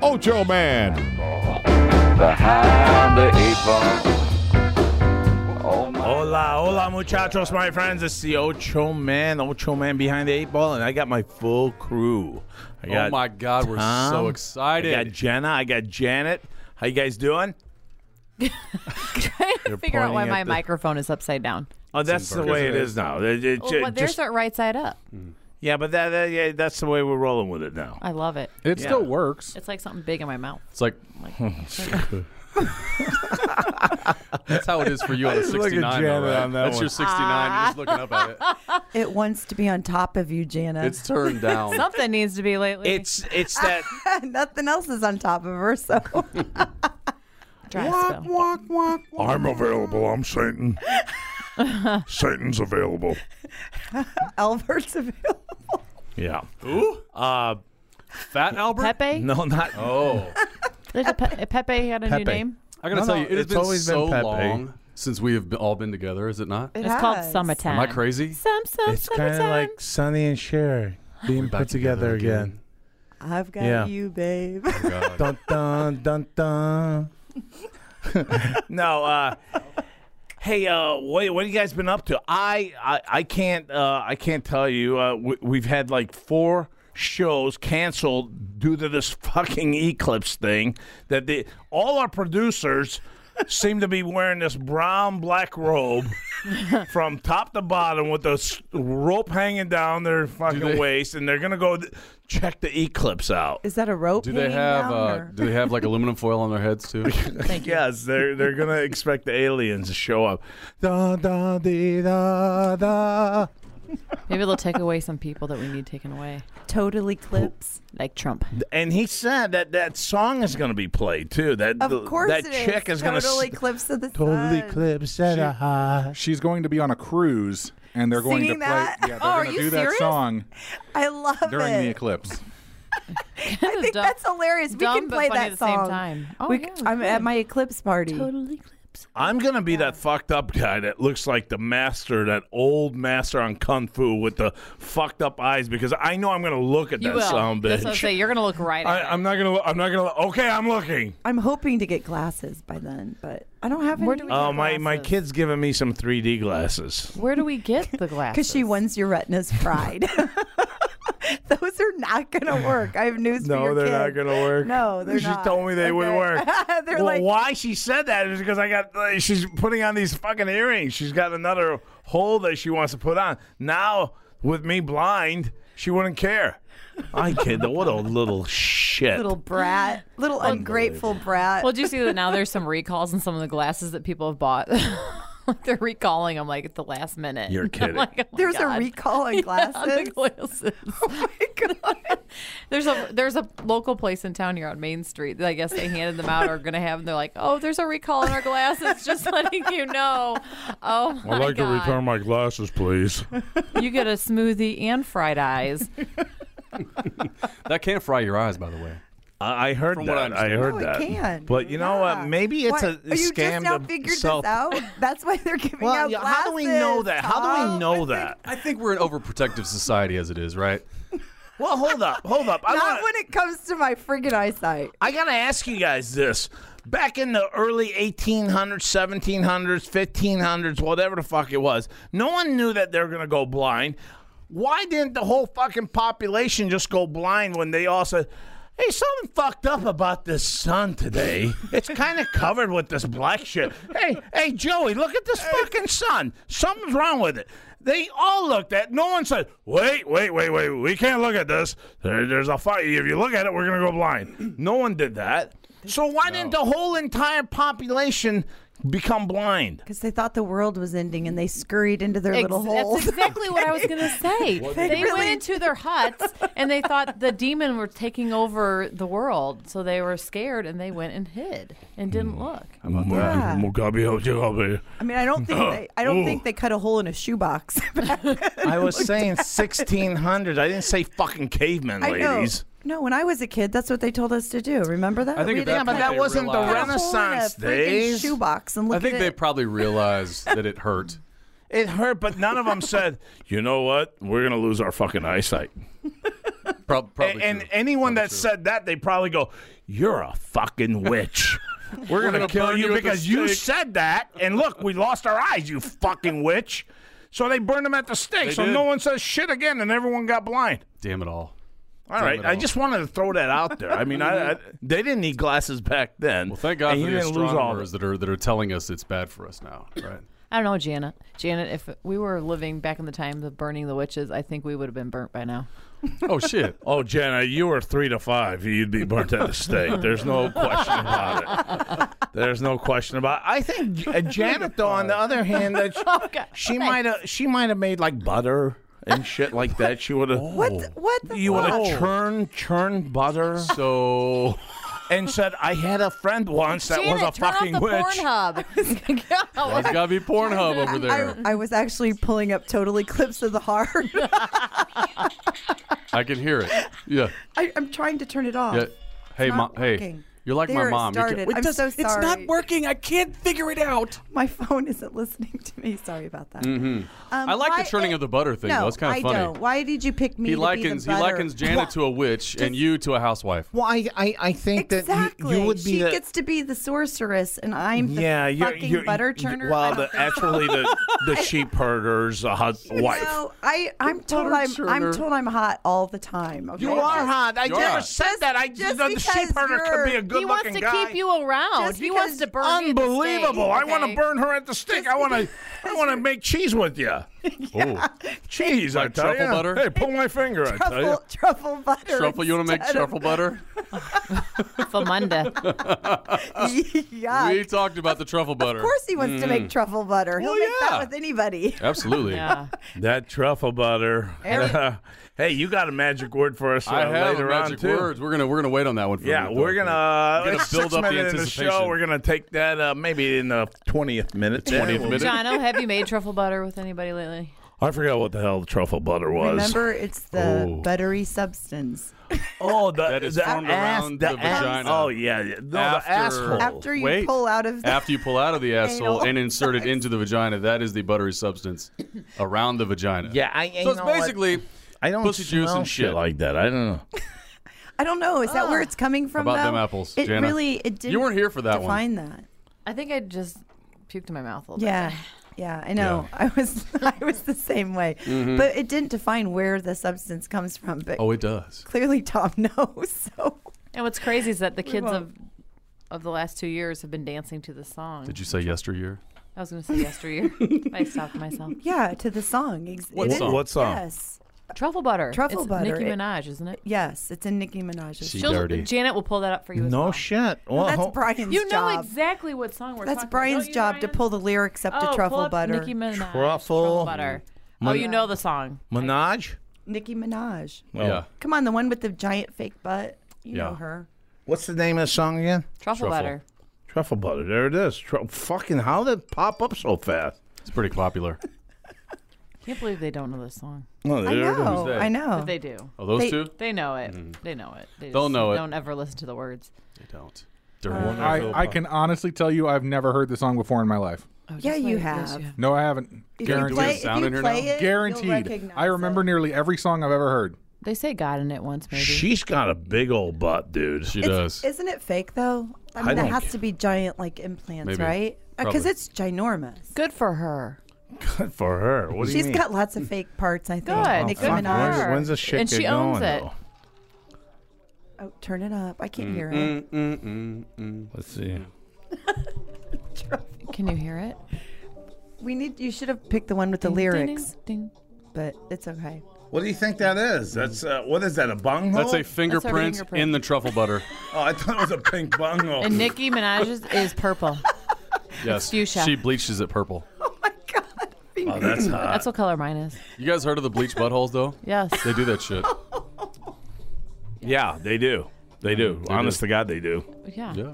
Ocho Man. Behind the eight ball. Oh my. Hola, hola, muchachos, my friends. It's the Ocho Man, Ocho Man behind the eight ball, and I got my full crew. I oh my God, we're Tom, so I got excited! Jenna. I got Janet. How you guys doing? You're figure out pointing why at my the- microphone is upside down. Oh, that's the way it is now. It- it- Well, ju- but theirs just- are right side up. yeah, but that, that- yeah, that's the way we're rolling with it now. I love it. It still works. It's like something big in my mouth. It's like that's how it is for you on a look at 69. Janet though, right? on that that's one. your 69. You're just looking up at it. It wants to be on top of you, Jana. Ah. It's turned down. Something needs to be lately. It's it's that Nothing else is on top of her, so Dry spell. I'm available. I'm Satan. Satan's available. Albert's available. yeah. Ooh. Uh, Fat Albert. Pepe? no, not Oh, Did a Pe- Pepe had a new name? I gotta No, tell no, you, it has it's been always been so Pepe. long since we have be- all been together. Is it not? It's called Summertime. Am I crazy? Some, some, it's kind of summertime. like Sonny and Cher being Back put together, again. I've got Yeah. you, babe. God. dun dun dun dun. no, uh, hey, uh, what, what you guys been up to? I I, I can't uh, I can't tell you. Uh, we, we've had like four shows canceled due to this fucking eclipse thing. That the all our producers seem to be wearing this brown black robe. From top to bottom, with the s- rope hanging down their fucking they- waist, and they're gonna go th- check the eclipse out. Is that a rope? Do they hanging have down, uh, or- Do they have like aluminum foil on their heads too? Yes, they're they're gonna expect the aliens to show up. Da da dee, da da. Maybe they'll take away some people that we need taken away, totally clips? like Trump. And he said that that song is gonna be played too. That Of course, Oh, that it chick is, gonna s- totally clips of the sun. clips at a high. She's going to be on a cruise, and they're going to Singing play. that? Yeah, they're Oh, are going to you do that serious? song I love during the it. eclipse. I think Dumb- that's hilarious. We dumb can but play funny that at the song. same time. Oh, We- yeah, we I'm at my eclipse party. I'm gonna be that fucked up guy that looks like the master, that old master on kung fu with the fucked up eyes, because I know I'm gonna look at You that will. sound That's what I'm bitch. saying. You're gonna look right I, at it. I'm not gonna. I'm not gonna. Okay, I'm looking. I'm hoping to get glasses by then, but I don't have Where any. do we- Oh my! My Glasses. kid's giving me some 3D glasses. Where do we get the glasses? Because she wants your retinas fried. Those are not going to work. I have news for No, your they're kid. not gonna work. No, they're she not. told me they wouldn't work. Okay. They're well, like- why she said that is because I got. like, she's putting on these fucking earrings. She's got another hole that she wants to put on. Now with me blind, she wouldn't care. I kid. What a little shit. little brat, little ungrateful brat. Well, do you see that now there's some recalls in some of the glasses that people have bought? Like, They're recalling them like at the last minute. You're I'm kidding. like, oh my There's God. a recall on Yeah, glasses. the glasses. oh my god! There's a there's a local place in town here on Main Street. that I guess they handed them out or are gonna have. them. They're like, oh, there's a recall on our glasses. Just letting you know. Oh my I'd like God. to return my glasses, please. You get a smoothie and fried eyes. that can't fry your eyes, by the way. I I heard From what I that. I understand. heard No, Oh, it that. can. But you know Yeah. what? Maybe it's Why- a Oh, you scam just now to figured sell- this out. That's why they're giving Well, out yeah, glasses. how do we know that? How do we Tom. know that? I think we're an overprotective society as it is, right? Well, hold up, hold up. I Not wanna- when it comes to my friggin' eyesight. I got to ask you guys this. Back in the early 1800s, 1700s, 1500s, whatever the fuck it was, no one knew that they were going to go blind. Why didn't the whole fucking population just go blind when they all said, hey, something fucked up about this sun today? It's kind of covered with this black shit. Hey, hey, Joey, look at this fucking sun. Something's wrong with it. They all looked at. No one said, "Wait, wait, wait, wait. We can't look at this. There, there's a fire. If you look at it, we're gonna go blind." No one did that. So why didn't the whole entire population become blind? Because they thought the world was ending and they scurried into their Ex- little holes. That's exactly what I was going to say. they went really- into their huts and they thought the demon were taking over the world, so they were scared and they went and hid and didn't look. Yeah. Mugabe, oh, Mugabe. I mean, I don't think they, I don't Ooh. think they cut a hole in a shoebox. I was saying 1600s. I didn't say fucking cavemen, I know. ladies. No, when I was a kid, that's what they told us to do. Remember that? I think We at that didn't point cut That they wasn't the realized- a hole in a Renaissance freaking days. Shoebox and look I think at they it. probably realized that it hurt. It hurt, but none of them said, "You know what? We're gonna lose our fucking eyesight." Prob- A- probably and true. anyone Probably that true. said that, they probably go, "You're a fucking witch. We're gonna, gonna kill burn you you at the because you stake." said that." And look, we lost our eyes. You fucking witch. So they burned him at the stake. They so did. no one says shit again, and everyone got blind. damn it all. All right, it I all. just wanted to throw that out there. I mean, I, I they didn't need glasses back then. Well, thank God and for you the didn't lose all of astronomers that are that are telling us it's bad for us now, right? I don't know, Janet. Janet, if we were living back in the times of burning the witches, I think we would have been burnt by now. oh shit! Oh, Jenna, you were three to five. You'd be burnt at the stake. There's no question about it. There's no question about. It. I think uh, Janet, though, on the other hand, that Oh, she, she might have she might have made like butter and shit like that. She would have. Oh. What? the- What? The You would fuck? have churned churned butter So and said, "I had a friend once that Janet, was a turn off fucking the witch." Pornhub. there's got to be Pornhub over there. I, I was actually pulling up total eclipse of the heart. I can hear it. Yeah. I, I'm trying to turn it off. yeah. Hey, mom. not Hey, working. you're like There my it mom. You can't- started. I'm so It's not sorry. working. I can't figure it out. Mm-hmm. My phone isn't listening to me. Sorry about that. Um, I like the why- churning of the butter thing. No, though. It's kind of I funny. Don't. Why did you pick me? He to likens be the he butter? likens Janet to a witch and you to a housewife. Well, I I, I think that you- Exactly. you, would be she the, gets to be the sorceress, and I'm the yeah, you're, fucking you're- butter you- churner. I Well, don't the, actually, the the sheep herders, the hus- wife. No, I I'm told I'm I'm churner. told I'm hot all the time. Okay? You are hot. I You never are. said Just- that. I just the sheep because herder could you're- be a He good he wants looking to guy. keep you around. Just He wants because- to burn you at the stake, Unbelievable! I want to okay? burn her at the stake. I want to. I want to make cheese with you. Oh, Cheese, I Like tell truffle you. butter? Hey, pull my finger. I tell you. truffle truffle butter. truffle. You want to make instead of- truffle butter? Famunda. yeah. We talked about the truffle butter. Of course, he wants to Mm. make truffle butter. He'll Well, make yeah. that with anybody. Absolutely. Yeah. That truffle butter. Every- hey, you got a magic word for us uh, I have later on magic too. words. We're gonna we're gonna wait on that one. For a Yeah, minute, though. we're gonna, We're gonna it's build six up the minutes in show. anticipation. We're gonna take that uh, maybe in the twentieth minute. Yeah. 20th minute. Jono, have you made truffle butter with anybody lately? I forgot what the hell the truffle butter was. Remember, it's the Oh. buttery substance. Oh, the, That is the formed ass, around the, the ass- vagina. Oh yeah, yeah. no, After- the asshole. After you Oh, Wait. pull out of the After you pull out of the asshole Anal and insert it into the vagina, that is the buttery substance around the vagina. yeah, I. I So it's know what- basically I don't pussy juice smell and shit. like that. I don't know. I don't know. Is that Ah. where it's coming from? About them though? apples, It Jana. really it didn't. You weren't here for that one. define that. I think I just puked in my mouth a little bit. Yeah, yeah. I know. I was I was the same way, but it didn't define where the substance comes from. But Mm-hmm. Oh, it does. clearly, Tom knows. So And what's crazy is that the kids of of the last two years have been dancing to the song. Did you say yesteryear? I was going to say yesteryear. I stopped myself. yeah, to the song. Ex- What it is- song? What song? Yes, Truffle butter. Truffle It's butter. Nicki It- Minaj, isn't it? yes. It's in Nicki Minaj's. She- She'll- dirty. Janet will pull that up for you. As No well. shit. Well, That's ho- Brian's You know job. exactly what song we're That's talking Brian's about. job to pull the lyrics up to truffle butter. Oh, Nicki Minaj. Truffle, Truffle butter. oh, you know the song. Minaj. Nicki Minaj. Oh. Yeah. Come on, the one with the giant fake butt. You know Yeah. her. What's the name of the song again? Truffle, Truffle. butter. Truffle butter. There it is. Tru- fucking how did it pop up so fast? It's pretty popular. Can't believe they don't know this song. Well, I there it is. know. Tuesday. I know. But they do. Oh, those They- two? They know it. They know it. They They'll just know it. Don't ever listen to the words. They don't. Dirty. Wonderful. I, I can honestly tell you I've never heard the song before in my life. Oh, Yeah, just you wait, yes, have. No, I haven't. If you Guaranteed. have play, if sound you in here play now? it, You'll Guaranteed. recognize I remember it. nearly every song I've ever heard. They say God in it once, maybe. She's got a big old butt, dude. She It's, does. isn't it fake though? I mean, don't it has ca- to be giant like implants, Maybe. right? Because Probably. it's ginormous. Good for her. Good for her. What do you She's mean? got lots of fake parts. I think. Good. Nicki Fuck, Minaj. where's- When's, when's the shit And get she going, owns it. Though? Oh, turn it up. I can't Mm. hear it. Let's see. Can you hear it? We need. You should have picked the one with the Ding, ding, lyrics, ding, ding. but it's okay. What do you think that is? That's uh, what is that? A bunghole? That's a fingerprint, fingerprint. in the truffle butter. Oh, I thought it was a pink bunghole. And Nicki Minaj's is purple. Yes, fuchsia. she bleaches it purple. oh, that's hot. That's what color mine is. You guys heard of the bleach buttholes though? Yes. They do that Oh, shit. Yeah, they do. They do. Honest to God, they do. Yeah. Yeah.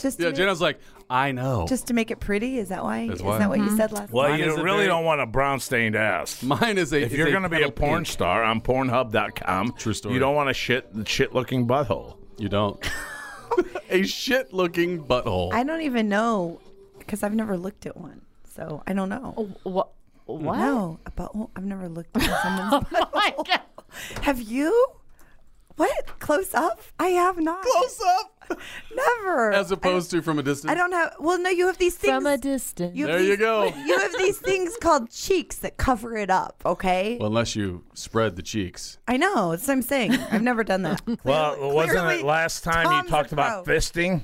Just Yeah, to make, Jenna's like, I know. just to make it pretty. Is that why? That's is why. that what Mm-hmm. you said last? Well, Mine you is a really very- don't want a brown stained ass. Mine is a. If you're going to be a porn star on Pornhub.com, True story. You don't want a shit shit looking butthole. you don't. a shit-looking butthole. I don't even know because I've never looked at one, so I don't know. What? What? Mm-hmm. No, a butthole. I've never looked at someone's Oh butthole. My God. Have you? What? Close up? I have not. Close up? Never. As opposed to from a distance. I don't have. Well, no, you have these things. From a distance. you have There you these- go. You have these things called cheeks that cover it up. Okay. Well, unless you spread the cheeks. I know. That's what I'm saying. I've never done that. Well, Clearly- wasn't clearly it last time Tom's you a talked about pro. fisting?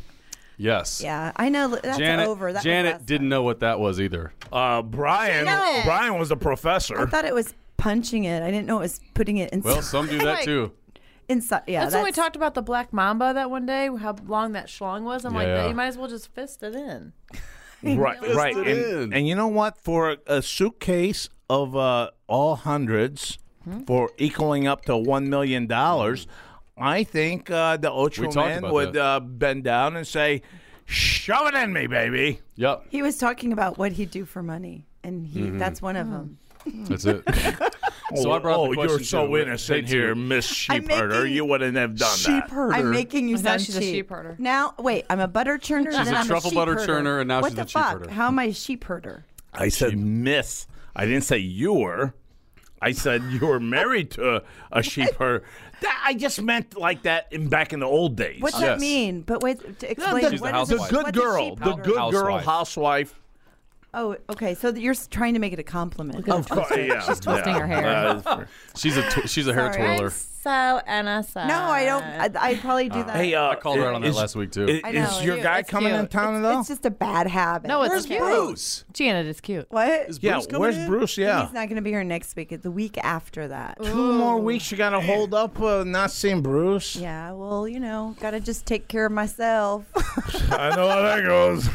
Yes. Yeah, I know. That's Janet, over. That was Janet last didn't know what that was either. Uh, Brian Janet! Brian was a time. I professor. thought it was punching it. I didn't know it was putting it inside. Well, some do that Like- too. inside. Yeah, That's when we talked about the black mamba that one day, how long that schlong was. I'm like, Yeah. you might as well just fist it in. right, right. Fisted in. And, and you know what? For a, a suitcase of uh, all hundreds, for equaling up to one million dollars, I think uh, the We Ocho talked man about would that. uh, bend down and say, "Shove it in me, baby." Yep. He was talking about what he'd do for money, and he Mm-hmm. that's one of them. That's it. so I brought oh, the question you're to so the- innocent Hey, to- here, Miss I'm Sheepherder. making- You wouldn't have done that. I'm making you I thought sound she's a cheap. sheep herder. Now, wait, I'm a butter churner. She's then a I'm truffle sheep butter herder. churner, and now what she's the a sheep fuck? herder. How am I a sheep herder? I said Miss. I didn't say you were. I said you were married to a sheep herder. That, I just meant like that in back in the old days. What's Yes. that mean? But wait, to explain. She's the what is housewife. a, good what's a girl, sheep the herder? good girl Housewife. housewife. Oh, okay. So you're s- trying to make it a compliment. Of course, yeah. She's twisting her hair. She's a tw- she's a hair Sorry. twirler. So innocent. No, I don't. I, I probably do that. hey, uh, I called her out on that is- last week, too. Is, I know, is your it's guy cute. coming in town at all? it's just a bad habit. No, it's Where's cute. Bruce? Janet is cute. What? Is yeah, Bruce coming where's in? Bruce? Yeah. He's not going to be here next week. It's the week after that. Two more weeks you got to hold up uh, not seeing Bruce. Yeah, well, you know, gotta just take care of myself. I know how that goes.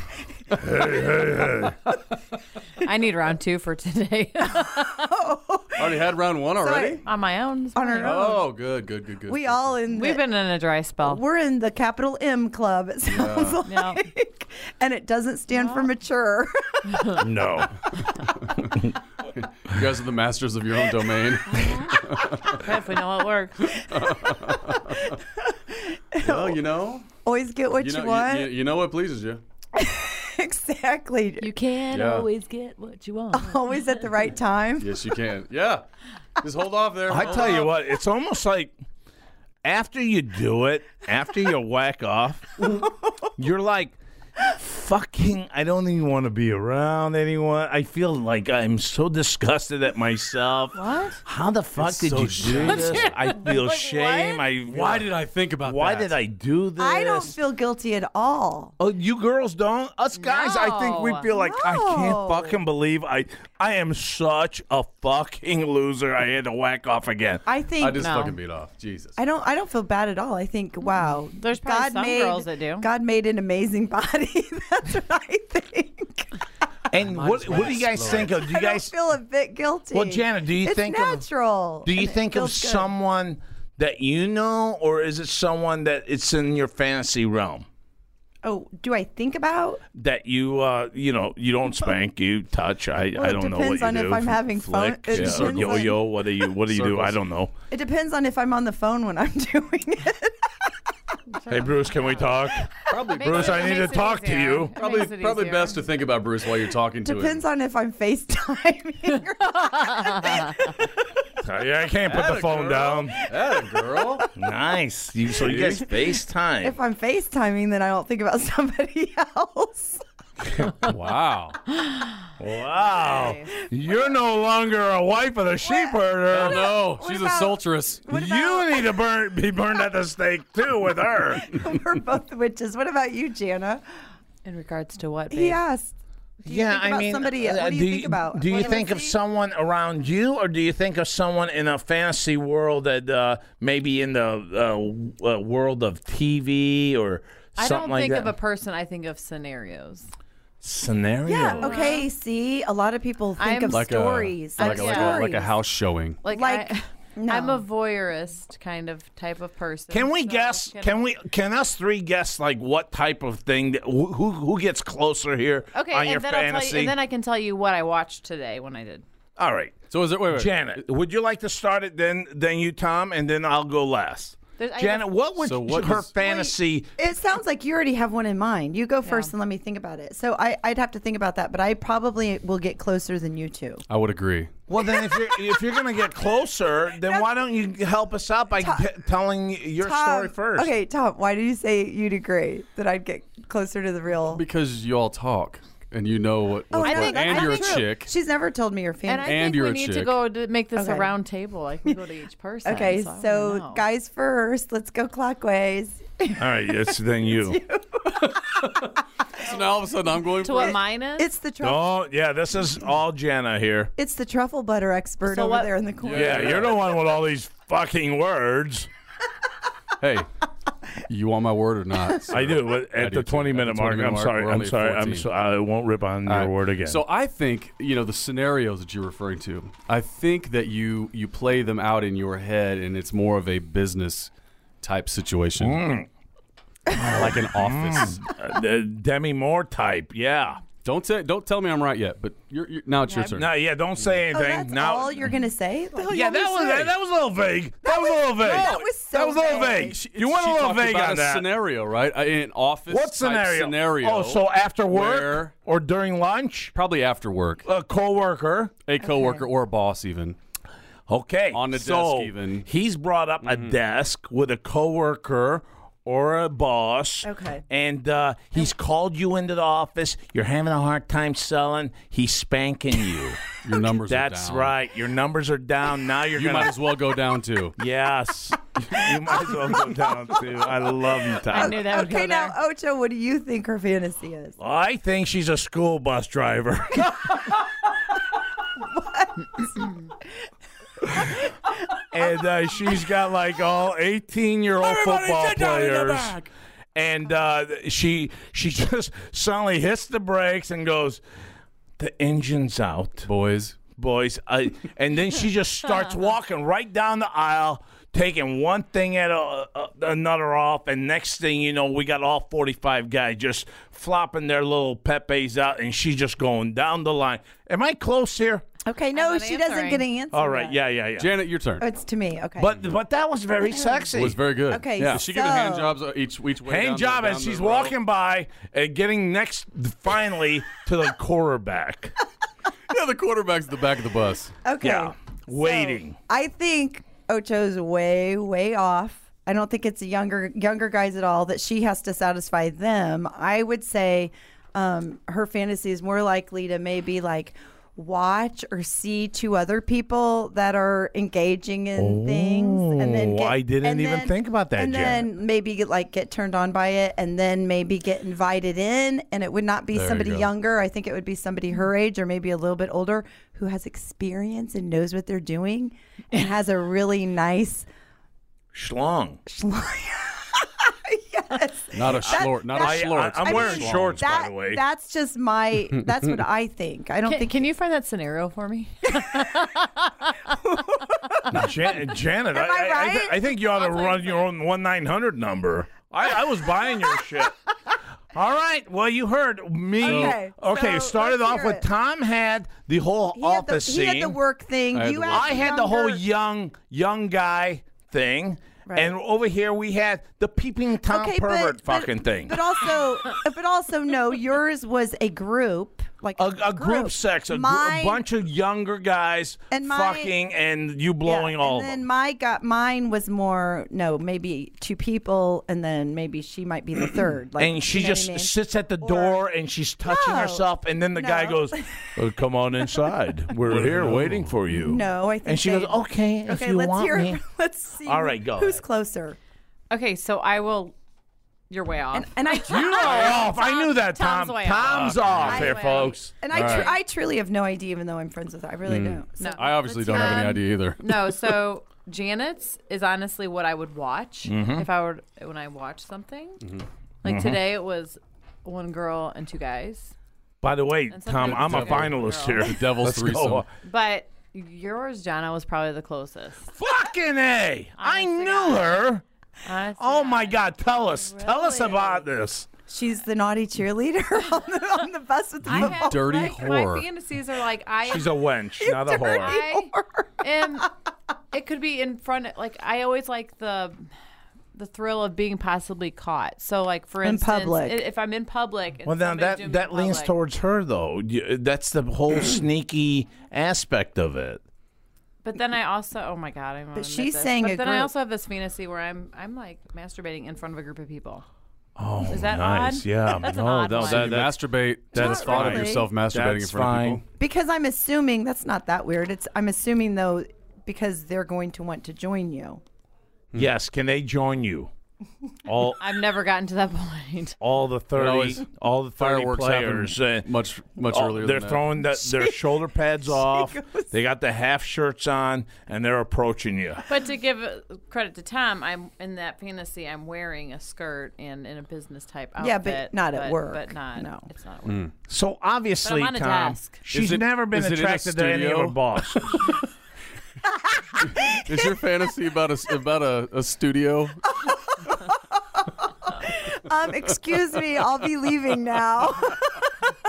I need round two for today Already had round one already. On my own. this On our morning. own. oh, good, good, good, good. we all in. we've The, been in a dry spell we're in the capital M club. It sounds Yeah. like, and it doesn't stand for mature. No. You guys are the masters of your own domain. If we know it works. well, you know, Always get what you you, know, want. you, you know what pleases you. exactly. You can Yeah. always get what you want. Always at the right time. Yes, you can. Yeah. Just hold off there. I Hold tell you off. what, it's almost like after you do it, after you whack off, you're like, fucking, I don't even want to be around anyone. I feel like I'm so disgusted at myself. What? How the fuck did you do this? I feel shame. I Why did I think about Why that? did I do this? I don't feel guilty at all. Oh, you girls don't? Us guys, I think we No. feel like I can't No. fucking believe I I am such a fucking loser. I had to whack off again. I think I just No. fucking beat off. Jesus. I don't. I don't feel bad at all. I think, wow, Mm-hmm. There's probably God some made, girls that do. God made an amazing body. That's what I think. And what, what do you guys think of? Do you I guys don't feel a bit guilty. Well, Janet, do you it's think of- natural? do you and it think of feels good. someone that you know, or is it someone that it's in your fantasy realm Oh, do I think about? that you uh you know you don't spank, you touch? I Well, I it don't know what depends you on do. if I'm having fun- flick, it yeah, depends on- yo yo. What do you what do you do? I Circles. don't know. It depends on if I'm on the phone when I'm doing it. Hey Bruce, can we talk? Probably Makes Bruce, it- I it need to makes it talk to easier. you. It probably makes it probably easier. best to think about Bruce while you're talking to depends him. on if I'm FaceTiming. yeah, I can't put the Atta phone girl. down. That girl. Nice. You, so you guys FaceTime. if I'm FaceTiming, then I don't think about somebody else. Wow. Wow. You're no longer a wife of the sheepherder. no, what she's about- assaultress. What You need to burn, be burned at the stake too with her. about we're both witches? What about you, Jana? in regards to what babe? He asked. Do you think about somebody? uh, What do you think about? Do you What am I think of seeing? someone around you, or do you think of someone in a fantasy world that uh, maybe in the uh, uh, world of TV or I something don't like think that? of a person. I think of scenarios. scenario. Yeah. Okay. See, a lot of people think I'm- of Like a- stories. Like, a- like, a, like a stories. house showing. Like, Like, I, I'm a voyerist kind of type of person. Can we so guess? Can we? Can us three guess like what type of thing? That, who who- who gets closer here Okay, on and your then I'll tell fantasy? you, and then I can tell you what I watched today when I did. All right. So is it? Wait, wait. Janet, would you like to start it then? Then you, Tom, and then I'll go last. There's- I have- Janet, what would So what her is- fantasy? It sounds like you already have one in mind. You go first and let me think about it. So I, I'd have to think about that, but I probably will get closer than you two. I would agree. Well, then if you're if you're gonna get closer, then why don't you help us out by t- telling your story Tom, first? Okay, Tom, why did you say you'd agree that I'd get closer to the real? Because you all talk and you know what. Oh, what's I going- think- and I you're a think- chick. She's never told me your And I family. And think you're we a need to chick. go to make this Okay. a round table. Like we go to each person. Okay, I don't so know. guys first, let's go clockwise. All right, it's then you. So now all of a sudden I'm going. to for what it. mine is? It's the truffle. oh yeah, this is all Jenna here. It's the truffle butter expert So over what- there in the corner. Yeah, you're the one with all these fucking words. Hey, you want my word or not? sir? I do at I do, the too. twenty minute At the mark. 20 I'm mark, sorry. we're I'm only sorry. I'm 14. so, I won't rip on your All right. word again. So I think you know the scenarios that you're referring to. I think that you you play them out in your head, and it's more of a business type situation, Mm. like an office. Uh, the Demi Moore type. Yeah. Don't say, don't tell me I'm right yet, but you're, you're now it's your turn. No, yeah. Don't say Oh, anything. that's now, all you're gonna say? Like, yeah, that was that, that was a little vague. That was a little vague. that was so that was a little vague. vague. She- you went she a little talked vague about on a that. scenario, right? Uh, An office. What type scenario? Scenario. Oh, so after work where- or during lunch, probably after work, a coworker. a coworker or a boss even. Okay, On the so desk even. Mm-hmm. He's brought up a desk with a coworker or a boss. Okay. and uh, he's called you into the office. You're having a hard time selling. He's spanking you. Your numbers. That's are down. right. Your numbers are down. Now you're You gonna might as well go down too. Yes. you might as well go down too. I love you, Tom. I knew that would okay, go now there. Ocho, what do you think her fantasy is? I think she's a school bus driver. and uh, she's got like all 18 year old football players. And uh, she she just suddenly hits the brakes and goes, The engine's out Boys, boys. I, and then she just starts walking right down the aisle, taking one thing at a, a, another off. And next thing you know, we got all 45 guys just flopping their little pepes out, and she's just going down the line. Am I close here? Okay, no, not she doesn't get an answering. answer. All right. Yeah, yeah, yeah. Janet, your turn. Oh, it's to me. Okay. But but that was very sexy. It was very good. Okay, Yeah. so- She giving hand jobs uh, each each way. down Hand the- job down as the she's row. walking by and getting next, finally, to the quarterback. Yeah, the quarterback's at the back of the bus. okay. Yeah. Waiting. I think Ocho's way, way off. I don't think it's a younger younger guys at all that she has to satisfy them. I would say um, her fantasy is more likely to maybe like watch or see two other people that are engaging in things and then Oh, get, I didn't and even then- think about that, and then maybe get, like get turned on by it and then maybe get invited in and it would not be you somebody go. younger i think it would be somebody her age or maybe a little bit older who has experience and knows what they're doing and has a really nice Schlong. Not a short. Not a I- slort. I- I'm but a wearing schlong. shorts. by that, the way. that's just my that's what i think i don't Can, think can you find that scenario for me? Jan- Janet, I, Am I I, I, th- right? I think you ought to run your own one nine hundred number. I, I was buying your shit. All right. Well, you heard me. Okay, Okay, so started let's off hear with it. Tom had the whole he had, the, office he had the scene. work thing I had you the had work I had the whole younger- young young guy thing, Right. and over here we had the peeping tom okay, but- pervert but- fucking thing. But also, but also, no, yours was a group, like a, a group sex, a, gr- a Mine- bunch of younger guys And my- fucking, and you yeah, blowing all And of then them. my got mine was more no, maybe two people, and then maybe she might be the third. Like, and she you know what just I mean? sits at the door and she's touching No. herself and then the guy No. goes "Uh, come on inside we're here waiting for you No, I think. and she they- goes okay if Okay, you let's want hear. me Let's see. All right, go Who's ahead. closer? okay, so I will You're way off. And I You are off. I knew that, Tom. Tom's way off. Tom's off here, folks. And I, All tr- right. I truly have no idea, even though I'm friends with her. I Mm. really don't. So. I obviously don't have any Um, idea either. no, so Janet's is honestly what I would watch Mm-hmm. if I were when I watch something. Mm-hmm. Like today, it was one girl and two guys. By the way, And Tom, something I'm a with the devil. finalist here. The devil's Let's go. threesome. But yours, Jana, was probably the closest. Fucking A. I Honest to knew her. Honestly, Oh my God, tell us. Tell us Really? about this. She's the naughty cheerleader on the, on the bus with the I have, dirty like, whore. My fantasies are like I She's a wench, not a whore. I am. It could be in front. Of, like I always like the the thrill of being possibly caught. So like for In instance, public. i- if I'm in public, and Well, now somebody's doing that me that in leans public- towards her though. You- That's the whole sneaky aspect of it. But then I also, oh my god, I'm. But she's saying But a then I group. also have this fantasy where I'm I'm like masturbating in front of a group of people. Oh, Is that nice. odd? Yeah. That's no, an odd no, one. So that- you that's masturbate. that's That's thought fine. of yourself masturbating in That's front fine. of people. Because I'm assuming that's not that weird. It's I'm assuming though because they're going to want to join you. yes. Can they join you? All I've never gotten to that point. all the thirty, always- all the thirty Fireworks players. happen uh, much much all- earlier. they're than throwing the, their shoulder pads off. goes- They got the half shirts on, and they're approaching you. But to give uh, credit to Tom, I'm in that fantasy. I'm wearing a skirt and in a business type outfit. Yeah, but not at but- work. But not. No. it's not. At Hmm. work. So obviously, But I'm on a Tom, desk. she's Is it- never been is it in a attracted to any of her studio? bosses. that. Is your fantasy about a s- about a, a studio? Um, excuse me, I'll be leaving now.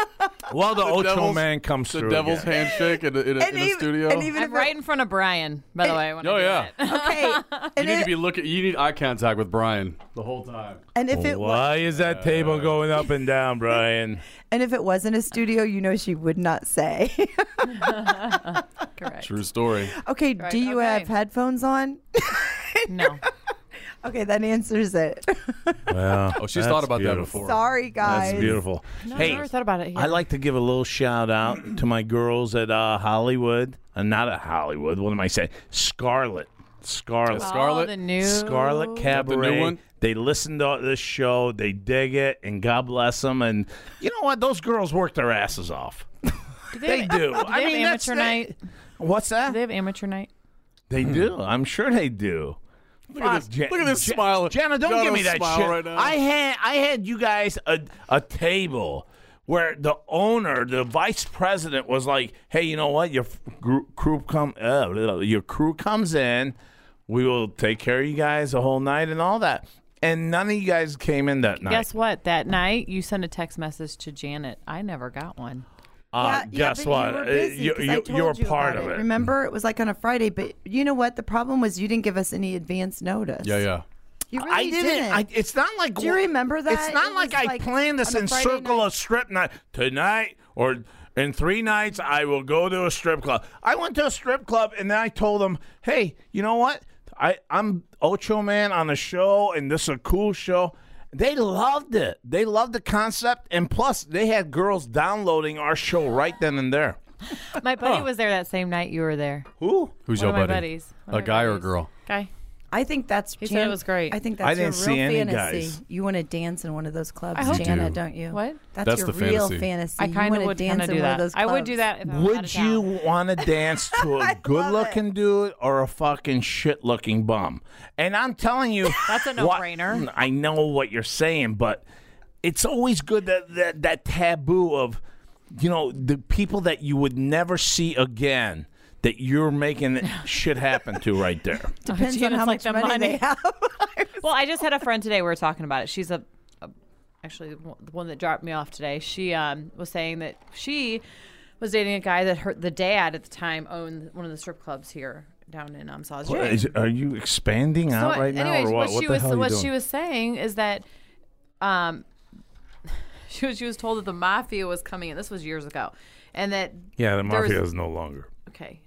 well, the, Ocho devil's- Man comes The through. devil's again. handshake in a, in a, in a even, studio. and even I'm if right in front of Brian, by the way. When I Oh, do yeah. that. it, okay, you and, need if, to be looking. You need eye contact with Brian the whole time. and if it wa- Why is that table going up and down, Brian? and if it wasn't a studio, you know she would not say. Correct. True story. okay, Right, do you okay. have headphones on? No. okay, that answers it. Well, Oh, she's that's thought about that beautiful. before. Sorry, guys. That's beautiful. No, I hey, never thought about it. Here. I like to give a little shout out to my girls at uh, Hollywood. Uh, not at Hollywood. What am I saying? Scarlet. Scarlet. Wow. Scarlet- All the new Scarlet the new Cabaret. one? They listen to this show. They dig it, and God bless them. And you know what? Those girls work their asses off. Do They have- do. Do they I mean, have that's amateur the- night. What's Do that? they have amateur night? They do. I'm sure they do. Look at this. Fuck, Jan- look at this Jan- smile. Jenna, don't give Jono's me that smile shit. right now. I had I had you guys a a table where the owner, the vice president, was like, "Hey, you know what? Your f- gr- crew come uh, your crew comes in. We will take care of you guys the whole night and all that." And none of you guys came in that night. Guess what? That night you sent a text message to Janet. I never got one. Uh, Yeah, yeah, guess but what? You were Uh, busy you, 'cause I you- told you're you part about of it. Remember, it was like on a Friday, but you know what? The problem was you didn't give us any advance notice. Yeah, yeah. You really I didn't. I, it's not like. Do you remember that? It's not It like I was like planned this on a and Friday circle night. a strip night tonight or in three nights. I will go to a strip club. I went to a strip club and then I told them, "Hey, you know what? I I'm Ocho Man on a show, and this is a cool show." They loved it. They loved the concept, and plus, they had girls downloading our show right then and there. My buddy was there that same night you were there. Who? Who's One of your my buddy? buddies. One a of my guy or a buddies. girl? Guy. I think that's. He said it was great. I think that's I didn't your see real any fantasy. guys. You want to dance in one of those clubs, I hope- You Jana, do. not you? What? That's, That's your the real fantasy. fantasy. I You kind wanna of would dance kind of in do one of that. those I would clubs. do that. If I was out Would of you town. want to dance to a good looking dude or a fucking shit looking bum? And I'm telling you, That's a what- no-brainer. I know what you're saying, but it's always good that that, that taboo of, you know, the people that you would never see again. That you're making shit happen to right there. Depends on Jana's how like much the money, they money. have. Well, I just had a friend today. We were talking about it. She's a, a actually the one that dropped me off today. She um, was saying that she was dating a guy that her the dad at the time owned one of the strip clubs here down in um, Salisbury. are you expanding So, out right anyways, now, or what? What, she the was hell what you doing? she was saying is that um she was she was told that the mafia was coming in. This was years ago. And that yeah, the there was- mafia is no longer. okay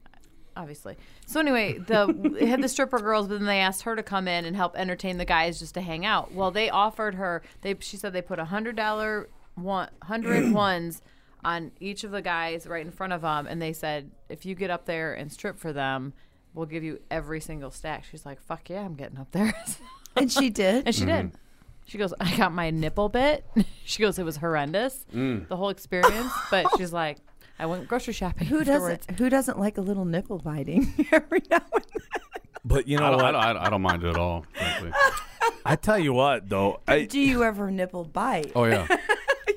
obviously so anyway the it had the stripper girls but then they asked her to come in and help entertain the guys just to hang out well they offered her they she said they put a hundred dollar one hundred ones on each of the guys right in front of them and they said if you get up there and strip for them we'll give you every single stack she's like fuck yeah i'm getting up there and she did. Mm-hmm. and she did She goes, I got my nipple bit. she goes, it was horrendous, Mm. the whole experience. But she's like, I went grocery shopping. Who afterwards." doesn't? Who doesn't like a little nipple biting every now and then? But you know I don't, I don't, I don't, I don't mind it at all. Frankly. I tell you what, though. I, Do you ever nipple bite? Oh yeah. Yeah,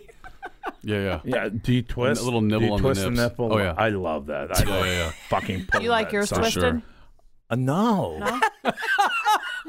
yeah. yeah, do you twist? A little nibble do you on the twist nips. nipple? Oh, yeah. I love that. I Yeah, love yeah, yeah. fucking pulling You like that yours stuff. For twisted? sure. Uh, no. No,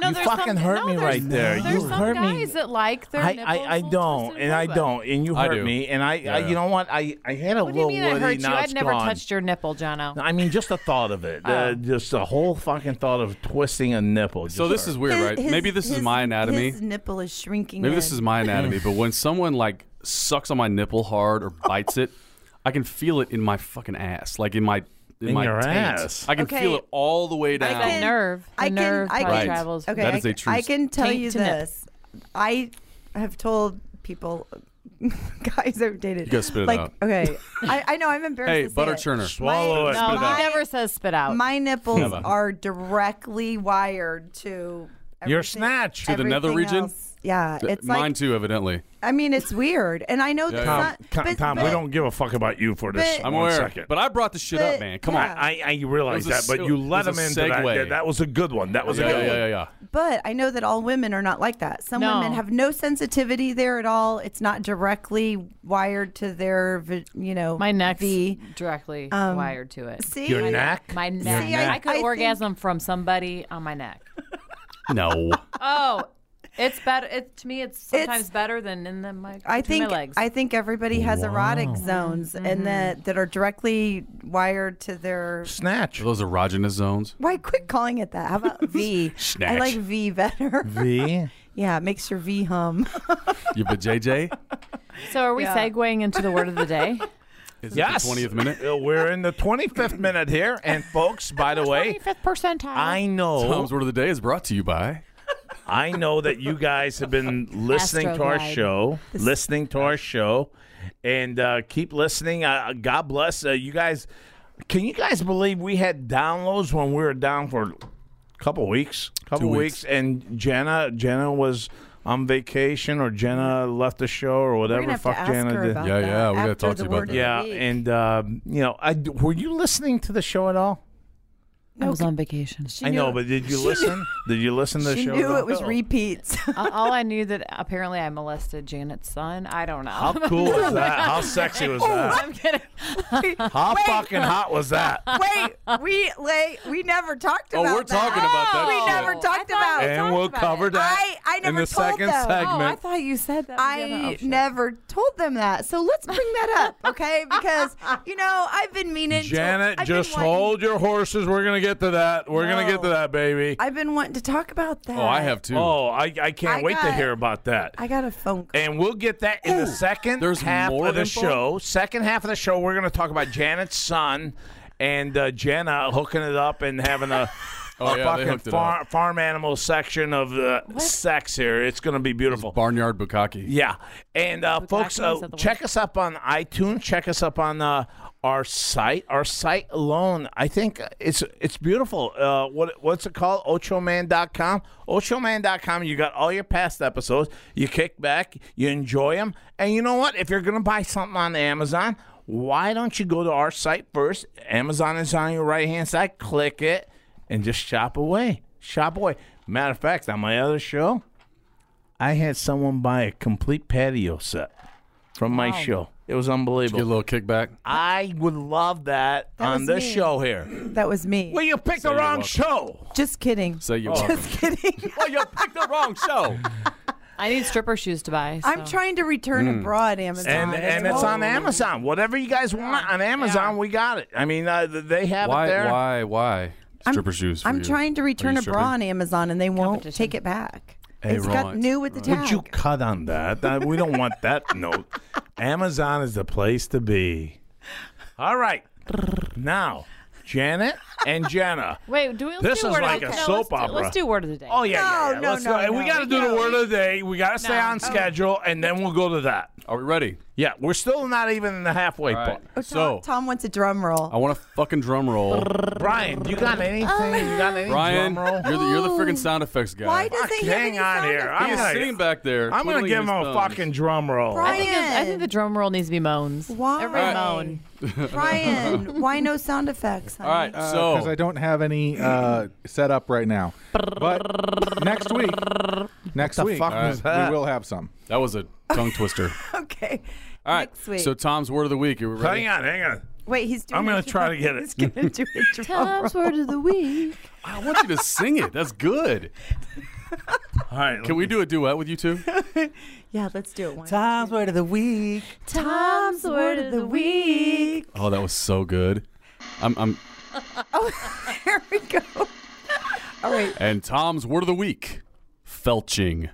You there's fucking some, hurt no, me there's- right there. There's You some hurt me. guys that like their I, nipples I, I all don't, twisted and I up. don't, and you I hurt do. me, and I, I Yeah. you know what? I, I had a What do you little mean I woody. hurt you? Now I'd it's never gone. touched Oh. your nipple, Jono. I mean, just the thought of it, uh, just the whole fucking thought of twisting a nipple. So just this hurt. is weird, right? His- Maybe this is his- my anatomy. His nipple is shrinking. Maybe this in. is my anatomy, but when someone like sucks on my nipple hard or bites it, I can feel it in my fucking ass, like in my in, In my your taint. ass. I can Okay. feel it all the way down. Like a can- nerve. The I can- nerve I probably can- travels. Okay, That I, is a can- true I can tell taint you to nip. this. I have told people, guys I've dated. You gotta spit it like, out. okay, I, I know I'm embarrassed. hey, to say butter it. churner. swallow My- it. no. No, My- he never says spit out. My nipples Never. are directly wired to Your everything- snatch. To the nether everything region? else. Yeah, Th- it's Mine like too, evidently. I mean, it's weird, and I know that's yeah. not. Tom, but- Tom but- we don't give a fuck about you for this. but- I'm one aware, second. but I brought the shit up, But- man. Come yeah. on. I, I realize It was that, a- but you it let was him a into that. segue. That- That was a good one. That was Yeah, a good yeah, one. yeah, yeah. But I know that all women are not like that. Some No. women have no sensitivity there at all. It's not directly wired to their, vi- you know, My neck's V. directly Um, wired to it. See, Your neck? My Your neck. See, I- I could I think- orgasm from somebody on my neck. No. Oh, it's better. It to me, it's sometimes It's- better than in the my. I between think my legs. Mm-hmm. I think everybody has erotic zones and that that are directly wired to their. Snatch. Those erogenous zones. Why quit calling it that? How about V? I Snatch. like V better. V. yeah, it makes your V hum. Yeah, but JJ, so. Are we segueing into the word of the day? is Yes. it the 20th minute? Uh, We're in the 25th minute here. And, folks, by the way, Fifth percentile. I know, Tom's word of the day is brought to you by. I know that you guys have been listening to our Astroglide. show, listening to our show, and uh, keep listening. Uh, God bless uh, you guys. Can you guys believe we had downloads when we were down for a couple weeks? Couple Two weeks. weeks. and Jenna, Jenna was on vacation, or Jenna left the show, or We're gonna whatever. have to Fuck ask Jenna her did. about Yeah, that yeah, we gotta after talk to the you about word that. of the Yeah, week. and um, you know, I were you listening to the show at all? I was on vacation. She I knew know, it- but did you listen? Did you listen to the she show? knew at it was all? repeats. all, all I knew that apparently I molested Janet's son. I don't know. How cool was that? How sexy was that? I'm kidding. How fucking hot was that? Wait, we lay, we never talked Oh, about. we're talking that. about that We shit. never talked Oh, about. I it. thought And we'll about cover it. that I I in never the told second them. Oh, I segment. thought you said that. was the other I option. never told them that. So let's bring that up, okay? Because you know I've been meaning. Janet, to, I've been just wanting- hold your horses. We're gonna get to that. We're gonna get to No. that, baby. I've been wanting to talk about that. Oh, I have too. oh, I, I can't I wait to got- hear about that. I got a phone call. And we'll get that in the second there's half more of the info? show. Second half of the show, we're gonna talk about Janet's son and uh, Jenna hooking it up and having a. Oh, a yeah, they fucking hooked it far, farm animal section of uh, sex here. It's going to be beautiful. Barnyard Bukaki. Yeah, and uh, folks, Bukaki, uh, is that the check us up on iTunes. Check us up on uh, our site. Our site alone, I think it's it's beautiful. Uh, what what's it called? Ochoman.com. Ochoman.com. You got all your past episodes. You kick back, you enjoy them, and you know what? If you're gonna buy something on Amazon, why don't you go to our site first? Amazon is on your right hand side. Click it and just shop away. Shop away. Matter of fact, on my other show. I had someone buy a complete patio set from my show. It was Get a unbelievable. little kickback. I would love that, on was this me. show here. That was me. Well, you picked the you're wrong welcome. show. just kidding. Say you are. Just kidding. Well, you picked the wrong show. I need stripper shoes to buy. I'm so. trying to return Hmm. abroad, Amazon. And and it's on Amazon. Whatever you guys want on Amazon, we got it. I mean, uh, th- they have it Why? there. Why? Why? Stripper shoes. For I'm you. trying to return a stripping? bra on Amazon, and they won't Competition. take it back. Hey, it's got right, new with the tag. Would you cut on that? Uh, we don't want that note. Amazon is the place to be. All right. Now, Janet and Jenna. Wait, do we? Let's This do is word like of a the, no, soap let's Do, opera. let's do word of the day. Oh yeah, yeah, No, yeah. no, Let's no, go. We no, got to do the no. word of the day. We got to stay No. on schedule, and then we'll go to that. Are we ready? Yeah, we're still not even in the halfway All right. point. So Tom wants a drum roll. I want a fucking drum roll. Brian, you got anything? You got any Brian, drum roll? you're the, you're the freaking sound effects guy. Why does Fuck, he have hang any on sound here. effects? I'm He's gonna- sitting back there. I'm gonna twiddling give him his a thumbs. fucking drum roll. I think, Brian. I think the drum roll needs to be moans. Why? Every moan. Brian, why no sound effects? All right, uh, Oh. because so I don't have any uh, set up right now. But next week, next week, uh, fuck was that? we will have some. that was a tongue twister. Okay. All right. Next week. So Tom's word of the week. Are we ready? Hang on, hang on. Wait, he's doing I'm gonna a try to get it. He's going to do a drum roll. Tom's word of the week. I want you to sing it. That's good. All right, Can we do a duet with you two? Yeah, let's do it. One. Tom's word of the week. Tom's word of the week. Oh, that was so good. I'm, I'm There we go. All right. and Tom's word of the week. Felching.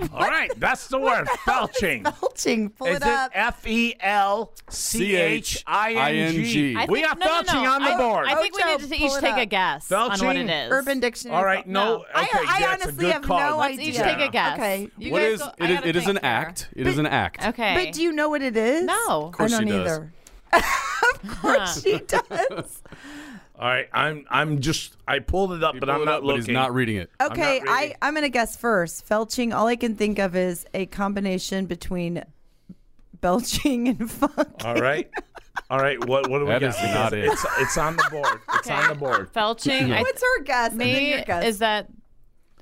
All right, that's the word. Belching. Belching. Pull Is it up. it F E L C H I N C H I N G. G? I We got think- no, no, no. belching on the I- board. I think we Ocho, need to pull each it take a up. guess on what Belching. it is. Urban Dictionary. All right, no. No. Okay, I, I that's honestly a good have call. no Let's idea. each take a guess. Okay. You What guys is go- I it? Is, gotta it is an think here. act. It is an act. Okay. But do you know what it is? No. Of course I she don't does. either. of course she does. All right, I'm I'm just I pulled it up, but I'm Pull it not up, but looking. he's not reading it. Okay, not I, reading. I'm going to guess first. Felching, all I can think of is a combination between belching and funk. All right, all right. What what do we That got? is not it. It's, it's on the board. It's on the board. Felching. I, What's her guess? and then me your guess. is that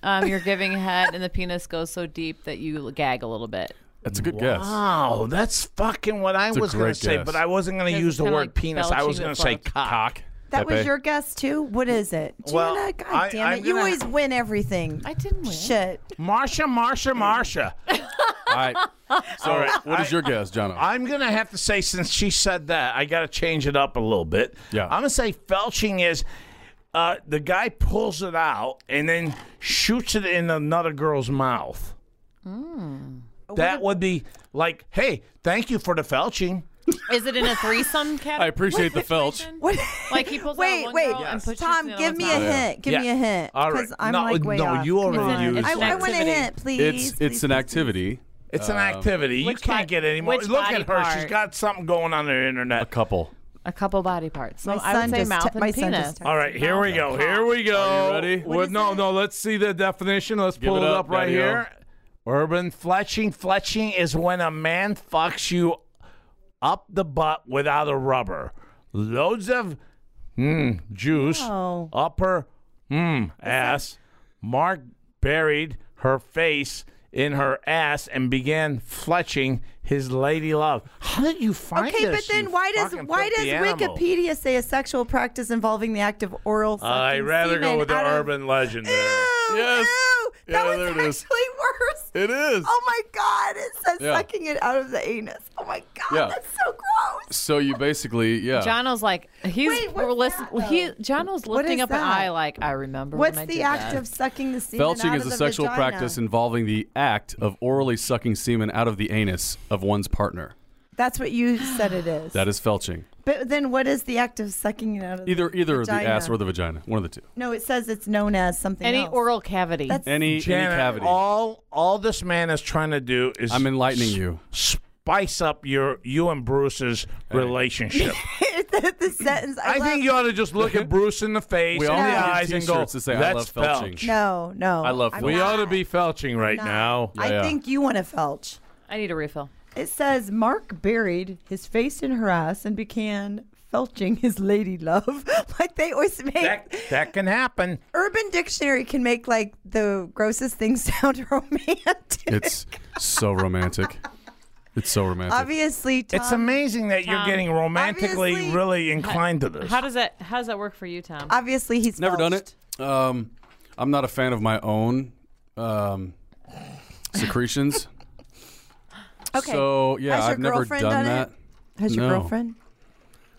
um, you're giving head and the penis goes so deep that you gag a little bit. That's a good guess. Wow, oh, that's fucking what I a was going great to say, guess. but I wasn't going to It's use the kinda word like penis. I belching was going with to say both. cock. Cock. that was Pepe. your guess too? What is it? Well, Jenna, God I- damn it. I'm you gonna- always win everything. I didn't win. Shit. Marsha, Marsha, Marsha. All right. So right, what I- is your guess, Jono? I'm going to have to say, since she said that, I got to change it up a little bit. Yeah. I'm going to say felching is uh, the guy pulls it out and then shoots it in another girl's mouth. Hmm. That would be like, hey, thank you for the felching. Is it in a threesome category? I appreciate the felch. What? Like he pulls wait, out one wait. girl and pushes Tom, the other give me one a out. hint. Give Yeah. me a hint. All right. Because I'm No, like way no, off. you Come already on. used I, an I want a activity. hint, please. It's it's please, an please, activity. It's Um, an activity. You which can't part- get any more. which Look body at her. She's part? got something going on her A internet. couple. A couple body parts. So My I would son say just mouth te- and my son penis. just All right, here we go. Here we go. Are you ready? Well, no, no. Let's see the definition. Let's Give pull it it up, up, right Daddy-o. here. Urban fletching. Fletching is when a man fucks you up the butt without a rubber. Loads of mm, juice. Oh. Upper mm, ass. Mark buried her face in her ass and began fletching his lady love. How did you find Okay, this? but then you why does fucking why does filthy animal? Wikipedia say a sexual practice involving the act of oral? I sucking rather go semen with the out of- urban legend. Ew, There. Yes. ew, Yeah, that was there it actually is. worse. It is. Oh my god! It says Yeah. sucking it out of the anus. Oh my god! Yeah. That's so gross. So you basically, yeah. Jono's like he's Wait, what's we're listen, that, though? he Jono's What lifting is up an that? eye like I remember. What's when I the did act that." of sucking the semen Felching out is of a the sexual vagina? practice involving the act of orally sucking semen out of the anus of one's partner. That's what you said it is. That is felching. but then, what is the act of sucking it out of? Either either vagina? the ass or the vagina, one of the two. No, it says it's known as something. any else. oral cavity? That's- Any, Janet, any cavity. all all this man is trying to do is I'm enlightening you. spice up your you and Bruce's relationship. the, the sentence. I, I love- think you ought to just look at Bruce in the face We and all the need eyes and go. t-shirts to say, "I That's love felching." felch." No, no. I love I'm felching. We not. ought to be felching right Not. now. Yeah, I yeah. think you want to felch. I need a refill. It says Mark buried his face in her ass and began felching his lady love. like they always make. That, that can happen. Urban Dictionary can make like the grossest things sound romantic. It's so romantic. It's so romantic. obviously Tom, it's amazing that you're Tom, getting romantically obviously- really inclined to this. How does that how does that work for you, Tom? obviously he's Never done felched. it. Um, I'm not a fan of my own um, secretions. Okay. So yeah, Has your I've never done, girlfriend done that. it? Has your No. girlfriend?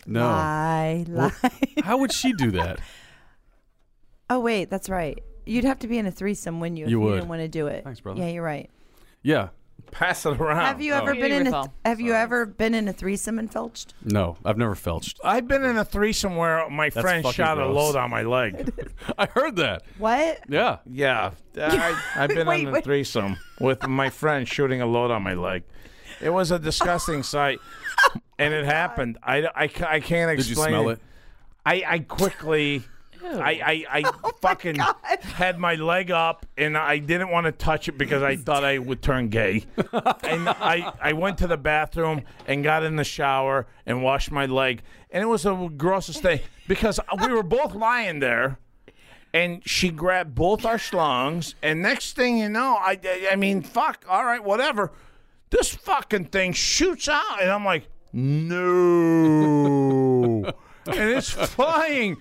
No. Lie, lie. How would she do that? Oh wait, that's right. You'd have to be in a threesome when you if You you would. didn't want to do it. Thanks, brother. Oh, Yeah, you're right. Yeah. Pass it around. Have you ever Yeah, been you in? A, recall. have you ever been in a threesome and felched? No, I've never felched. I've been in a threesome where my friend fucking shot a gross. load on my leg. I heard that. What? Yeah. Yeah, I, I've been Wait, on a wait. threesome with my friend shooting a load on my leg. It was a disgusting sight, and it happened. I, I, ca- I can't Did you explain. smell it? I, I quickly. I, Oh I, I fucking had my leg up and I didn't want to touch it because I thought I would turn gay. and I, I went to the bathroom and got in the shower and washed my leg. And it was the grossest thing because we were both lying there and she grabbed both our schlongs. And next thing you know, I, I- I mean, fuck, all right, whatever. This fucking thing shoots out, and I'm like, no, and it's flying,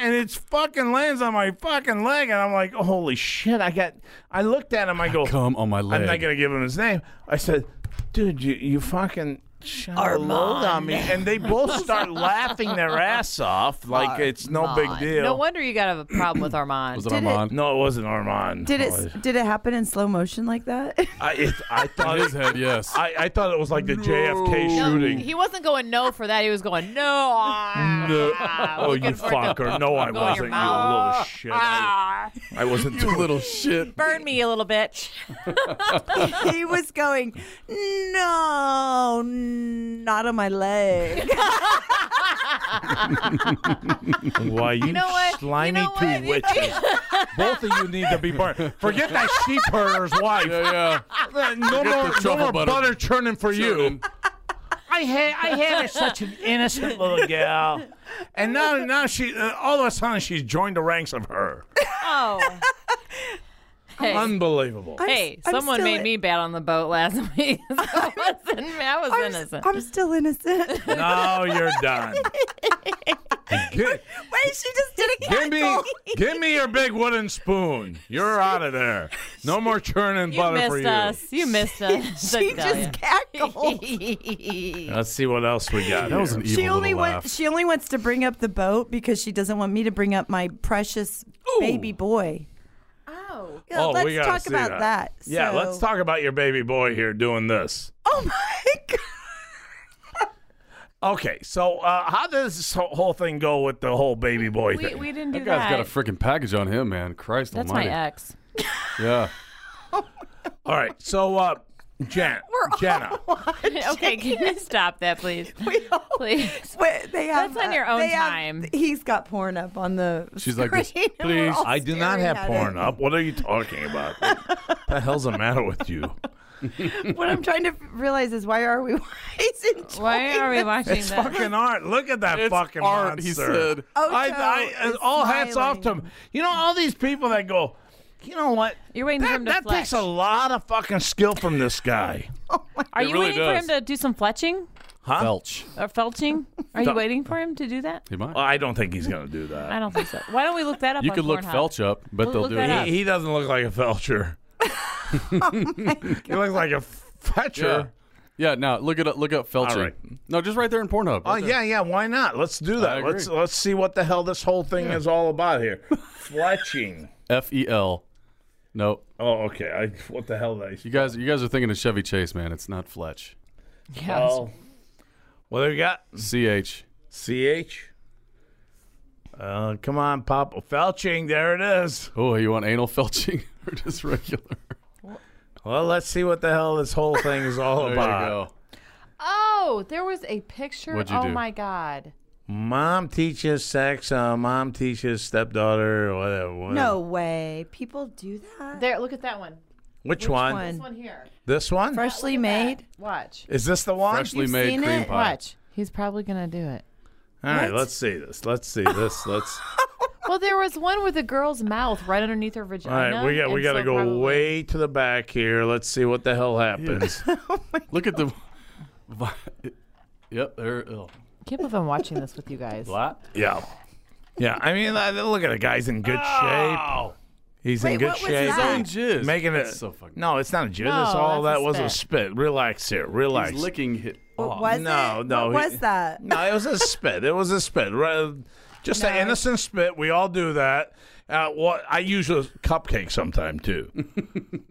and it's fucking lands on my fucking leg, and I'm like, holy shit, I got. I looked at him, I go, Come on my leg. I'm not gonna give him his name. I said, dude, you you fucking. shot a load on me, and they both start laughing their ass off like it's no big deal. No wonder you got to have a problem with Armand. Was it Armand? No, it wasn't Armand. Did Oh, it? Did it happen in slow motion like that? I, it, I thought On his it, head, yes. I, I thought it was like the JFK shooting. He wasn't going no for that. He was going no. ah, No. oh, looking you for it to fucker! No, I go in your wasn't. You mouth. little shit. I, ah, I wasn't. you little shit. Burn me, you little bitch. he was going, no, not on my leg. Why you, know what? You slimy know two what? You- witches? Both of you need to be burned. Forget that sheep herder's wife. Uh, Yeah, No more, no truffle more butter. butter. churning for yeah. you. I had I had her such an innocent little gal, and now now she uh, all of a sudden she's joined the ranks of her. Oh. Hey, Unbelievable. hey I'm someone still made in- me bad on the boat last week. So I wasn't- I was I'm, innocent. I'm still innocent. Wait, Now you're done. Get- she just did a Give me, cackle. give me your big wooden spoon. You're out of there. No more churning you butter missed for you. us. You missed us. She just cackled. cackled. Let's see what else we got. That was an evil She only little wants. laugh. She only wants to bring up the boat because she doesn't want me to bring up my precious baby boy. Oh. Yeah, Oh, let's we gotta talk see about that. that. yeah, So- let's talk about your baby boy here doing this. Oh my god! Okay, so uh, how does this whole- whole thing go with the whole baby boy We, thing? we didn't do That guy's that. got a freaking package on him, man. Christ That's my almighty. ex. Yeah. All right, so uh, Jen, Jenna, okay, can you stop that, please? We all, Please. Wait, they have, uh, That's on your own they have- time. he's got porn up on the. She's like this, screen, and we're "Please." all I do not staring have at porn it. up. What are you talking about? What the hell's the matter with you? What I'm trying to realize is why are we wasting Why are we watching It's that? fucking art. Look at that It's fucking art, monster. he said. I, Ocho I, is all hats off to him. You know, all these people that go, you know what? You're waiting for that, him to That flex. takes a lot of fucking skill from this guy. Are you really waiting does. for him to do some fletching Huh? Belch. or Uh, felching? Are you waiting for him to do that? You might. I don't think he's going to do I that. don't think so. Why don't we look that up? you on could look Pornhub? felch up, but they'll Look do that it. up. He, he doesn't look like a felcher. he looks like a Yeah. fetcher. Yeah, now look it up. Look up felching. right. No, just right there in Pornhub. Oh Right there. yeah, yeah. Why not? Let's do that. agree. Let's let's see what the hell this whole thing is all about here. Fletching. F E L. No, Oh, okay. I what the hell did I you guys, you guys are thinking of Chevy Chase, man. It's not Fletch. Yeah. Oh. What have we got? C H. CH. Uh, come on, Pop. Felching. There it is. Oh, you want anal felching or just regular? Well, let's see what the hell this whole thing is all There you about. go. Oh, there was a picture. What'd you oh do? my god. Mom teaches sex. Uh, mom teaches stepdaughter. Whatever. whatever. No way. People do that. There, look at that one. Which, one? one? This one here. This one? Freshly made. Watch. Is this the one? Freshly You've made seen cream it? pie. Watch. He's probably gonna do it. All right. What? Let's see this. Let's see this. Let's. Well, there was one with a girl's mouth right underneath her All vagina. right. We got. We and got to so go probably- way to the back here. Let's see what the hell happens. Look at the. yep, there. Oh. Can't believe I'm watching this with you guys. Lot. yeah. Yeah. I mean, uh, look at the guy's in good shape. He's in Wait, good what was shape. that? Own jizz. making it That's so fucking. no it's not a jizz No, it's all that's that a was a spit relax here relax He's licking hit. What off. was no it? no What he- was that? no it was a spit it was a spit Ra- just an innocent spit we all do that Uh, well, I use a cupcake sometime too.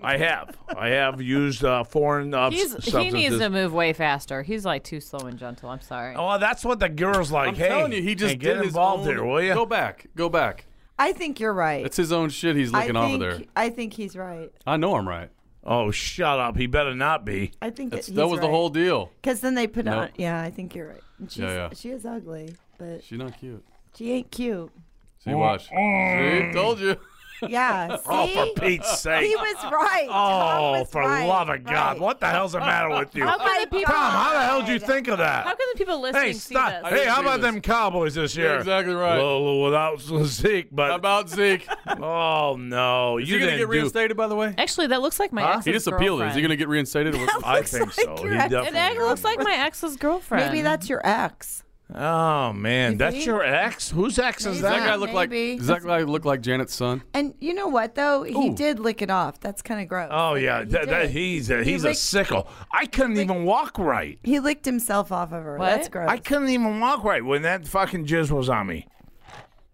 I have. I have used uh, foreign uh, He's, s- he needs substances. to move way faster. He's like too slow and gentle. I'm sorry. Oh, that's what the girls like. I'm hey, telling you, he just hey, get did his involved own- there, will you? Go back, go back. I think you're right. It's his own shit. He's I looking think, over there. I think he's right. I know I'm right. Oh, shut up. He better not be. I think That's, that, that was the whole deal. Because then they put Nope. on. Yeah, I think you're right. And She's, yeah. She is ugly, but She's not cute. she ain't cute. Mm. See, watch. See, told you. Yeah. See? Oh, for Pete's sake. he was right. Tom uh, oh, was for right, love of God. right. What the hell's the matter with you? How Tom, can the people? how the hell did you God. think of that? Oh, How can the people listening Hey, see stop. this? Hey, how see about this. them Cowboys this year? You're exactly right. Well, without Zeke, but How about Zeke? oh no, Is you he gonna didn't get do. reinstated, by the way? Actually, that looks like my ex's He just appealed it. Is he girlfriend. gonna get reinstated? Or what? I think so. He It definitely. actually looks like my ex's girlfriend. Maybe that's your ex. Oh man, that's think? your ex. Whose ex is Does that guy that? look like? Maybe. Does that guy look like Janet's son? And you know what though? He Ooh. did lick it off. That's kind of gross. Oh yeah, he that, that, did. he's a, he's a licked- sickle. I couldn't even walk right. He licked himself off of her. What? That's gross. I couldn't even walk right when that fucking jizz was on me.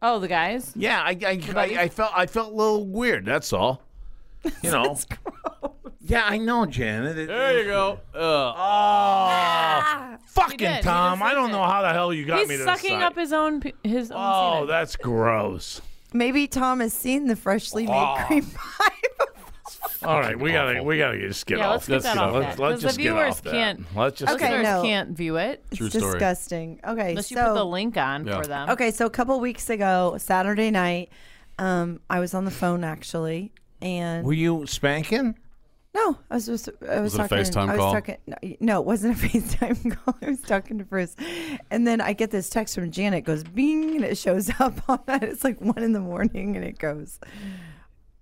Oh, the guys. Yeah, I I, I, I felt I felt a little weird. That's all. You know. yeah, I know, Janet. It- There you go. Ah. Oh, Uh, Ah. He did. fucking He Tom! just I don't licked know it. how the hell you got me He's to sucking this up side. his own p- his own. Oh, semen. that's gross. Maybe Tom has seen the freshly made cream pie. All right, we gotta awful. we gotta just get Yeah, off. let's get that get off. off. Let's, that. let's 'Cause just the get viewers off that. can't. Let's just Okay, get listeners no. can't view it True it's story. disgusting. Okay, unless you so put the link on Yeah. for them. Okay, so a couple weeks ago, Saturday night, um, I was on the phone actually, and Were you spanking? no, I was just I Was was, it a talking. FaceTime I was call? talking. No, no, it wasn't a FaceTime call. I was talking to Bruce, and then I get this text from Janet. It goes bing, and it shows up on that. It's like one in the morning, and it goes.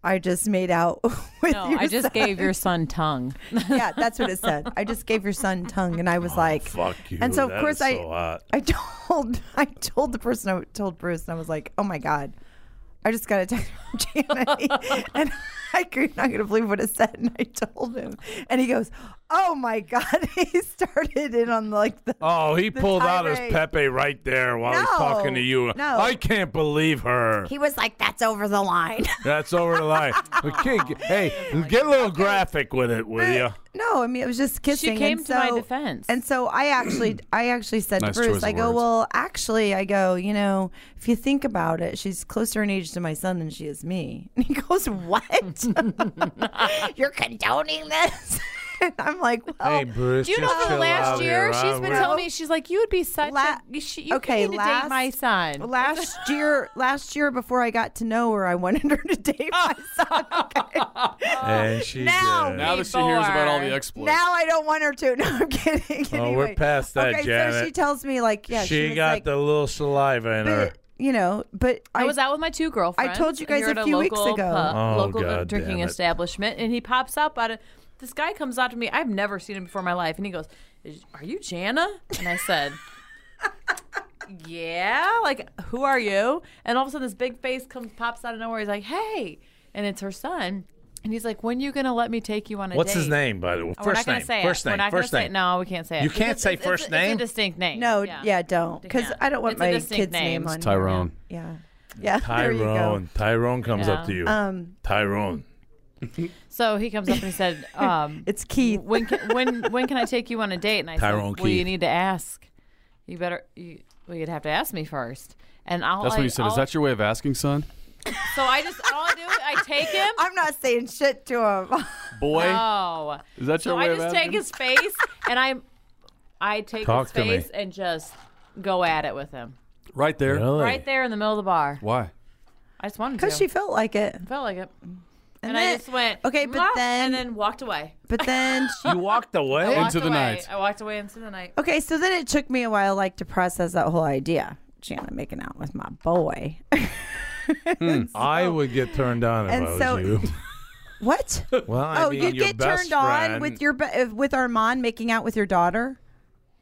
I just made out with No, your I just son." gave your son tongue. yeah, that's what it said. I just gave your son tongue, and I was like, Fuck you. And so of that is course so I- hot. I told I told the person I told Bruce, and I was like, "Oh my god, I just got a text from Janet, and I could not gonna believe what it said." And I told him, and he goes, "Oh my god," he started in on like the Oh, he pulled out his tirade. Pepe right there while he's talking to you. No. I can't believe her. he was like, "That's over the line." That's over the line. okay, g- hey, Oh get a little graphic with it, will you? no, I mean it was just kissing. She came and to my so- defense. And so I actually, I actually said Nice to choice of Bruce, I go, words. well, actually, I go, you know, if you think about it, she's closer in age to my son than she is me. And he goes, what? You're condoning this? and I'm like, well, hey, Bruce. Do oh, you just know chill the last out year here, she's huh? been We're- telling me she's like you would be such La- a you, sh- you okay, need to last- date my son. last year, last year before I got to know her, I wanted her to date my son. Okay. and she Now- did. now that she hears about all the Before. exploits, Now I don't want her to. No, I'm kidding. Oh, Anyway. we're past that, okay, so she Janet. tells me like, yeah, she, she, was got like, the little saliva in her. but, you know, but I was out with my two girlfriends. told you guys You're a at few weeks local ago. pub- Oh, local God drinking damn it. establishment, and he pops up out of. This guy comes out to me. I've never seen him before in my life, and he goes, "Is- "Are you Jana?" And I said, "Yeah." Like, who are you? And all of a sudden, this big face comes pops out of nowhere. He's like, "Hey," and it's her son. And he's like, "When you gonna let me take you on a What's his date?" name, by the way? Oh, we're first not gonna name. say it. First We're name. not First gonna say name. it. No, we can't say it. You can't Because say it's- first it's, name? It's a distinct name. No, yeah, yeah, don't, because Yeah. I don't want It's a my distinct kid's name. name, It's on. Tyrone. Yeah, yeah. There you go. Tyrone. Tyrone comes up Yeah. to you. Um, Tyrone. So he comes up and he said, um, it's Keith. when can, when when can I take you on a date? And I Tyrone said, well, you Keith. need to ask. You better. You, well, you'd have to ask me first. And I'll. that's I, what you said. Is I'll- that your way of asking, son? So I just all I do. is I take him. I'm not saying shit to him. Boy, oh. is that your So way I of just asking? take his face and I, I take Talk his to me. face and just go at it with him right there. Really? right there in the middle of the bar. Why? I just wanted to. Because she felt like it. felt like it, and, I then- just went okay, but "Mwah," then- and then walked away. But then she. You walked away? Walked Into the away. night. I walked away into the night. Okay, so then it took me a while, like, to process that whole idea. Jana making out with my boy. I would get turned on if And I was so- you. what? Well, I oh, mean, you'd your get best turned friend- on with your be- uh, with Armand making out with your daughter.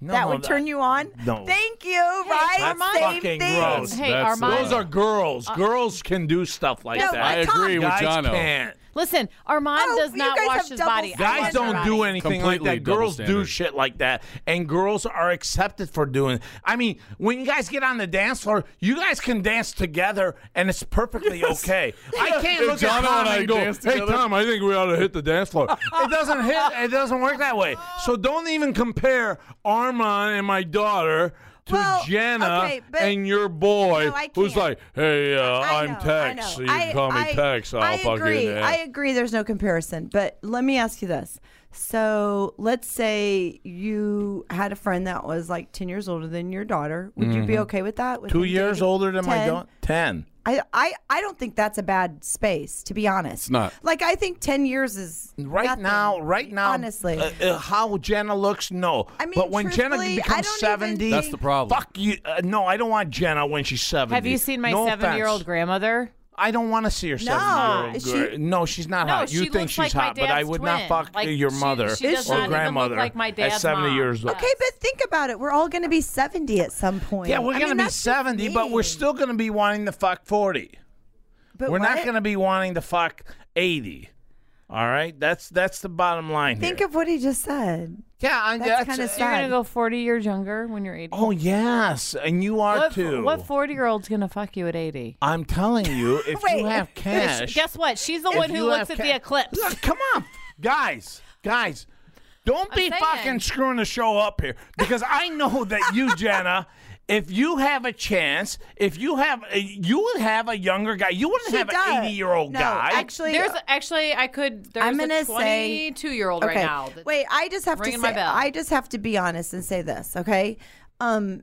No, that no, would turn you on. No. Thank you. right? That's Armand- Same fucking thing. gross. Hey, That's- Armand. Those are girls. girls can do stuff like Uh, No, that. I Tom, agree with Guys Jono. can't. Listen, Armand Oh, does you not guys wash have his double body. I standards. wash Guys Guys my don't body. do anything like Completely that. double Girls do standard. shit like that, and girls are accepted for doing. I mean, when you guys get on the dance floor, you guys can dance together, and it's perfectly okay. I can't look at Jono Tom and I and go, danced "Hey together." Tom, I think we ought to hit the dance floor." it doesn't hit. It doesn't work that way. So don't even compare Armand and my daughter. To Well, Jenna okay, but- and your boy, No, I who's can't. like, "Hey, uh, I I'm know, Tex. I You know. can I- call me I- Tex. I'll I fucking agree. yeah. I agree. There's no comparison, but let me ask you this. So let's say you had a friend that was like ten years older than your daughter. Would you be okay with that? With Mm-hmm. Two them years dating? older than my 10? daughter. Ten. I, I I don't think that's a bad space to be honest. It's not. Like I think ten years is Right nothing, now, right now, Honestly, uh, uh, how Jenna looks, no. I mean, but when Jenna truthfully, I becomes don't even seventy, That's the problem. Fuck you! Uh, no, I don't want Jenna when she's seventy. Have you seen my No seven-year-old offense. grandmother? I don't want to see her No, seven-year-old she- girl. no, she's not No, hot. You she think looks she's like my hot, but I dad's would not twin. fuck Like, your she- mother she does or not even look grandmother like my at dad's seventy mom. years old. Yeah. okay, but think about it. We're all going to be seventy at some point. Yeah, we're I gonna mean, be that's just seventy, but we're me. still gonna be wanting to fuck forty. But we're not what- gonna be wanting to fuck eighty. All right, that's that's the bottom line. think here. of what he just said. yeah, I, that's kinda uh, sad. You're gonna go 40 years younger when you're 80. Oh yes, and you are what, too. What 40 year old's gonna fuck you at 80? I'm telling you, if Wait. you have cash, Guess what? She's the if one who you looks at have the ca- eclipse. Look, come on, guys, guys. Don't be saying. fucking screwing the show up here because I know that you, Jenna, if you have a chance, if you have, uh, you would have a younger guy. You wouldn't She have does. an 80 year old No, guy. actually, uh, There's actually I could. There's I'm a gonna say- 22 year old right now. that- Wait, I just have to say, Ringing my bell. I just have to be honest and say this, okay? Um,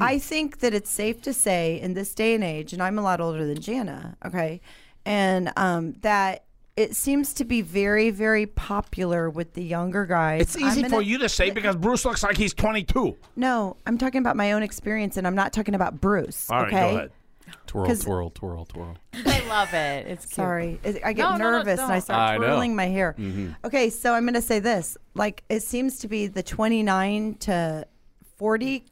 I think that it's safe to say in this day and age, and I'm a lot older than Jana, okay, and um, that it seems to be very, very popular with the younger guys. it's I'm easy gonna- for you to say because Bruce looks like he's 22. No, I'm talking about my own experience, and I'm not talking about Bruce. All right, okay. go ahead. Twirl, 'Cause- twirl, twirl, twirl. I love it. It's cute. Sorry, It- I No, get no, no, nervous and I don't. I start know. twirling my hair. Mm-hmm. Okay, so I'm going to say this: like it seems to be the 29 to 40,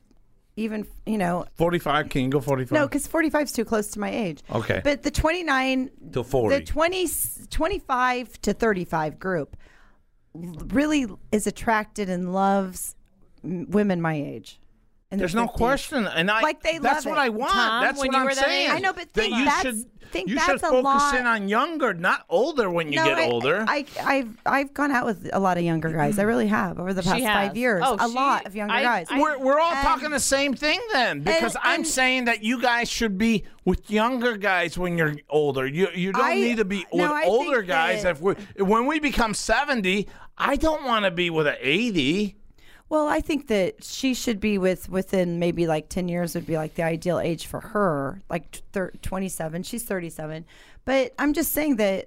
even you know, 45, can you go 45? no, because 45 is too close to my age. Okay. but the 29 To 40. the 20 25 to 35 group really is attracted and loves m- women my age. And There's no question, and I Like, they That's love what it. I want. Tom, that's when what you I'm were that saying. age- I know, but think that you that's- should think you should that's a focus lot. in on younger, not older. When you get I, older, I, I've I've gone out with a lot of younger guys. I really have over the past has. five years. Oh, a she- lot of younger I- guys. I- we're we're all and- talking the same thing then, because I'm um, and- saying that you guys should be with younger guys when you're older. You you don't I- need to be no, with I older think guys. that- if we when we become seventy, I don't want to be with an eighty. well, I think that she should be with within maybe like ten years would be like the ideal age for her, like t- thir- twenty seven. She's thirty seven, but I'm just saying that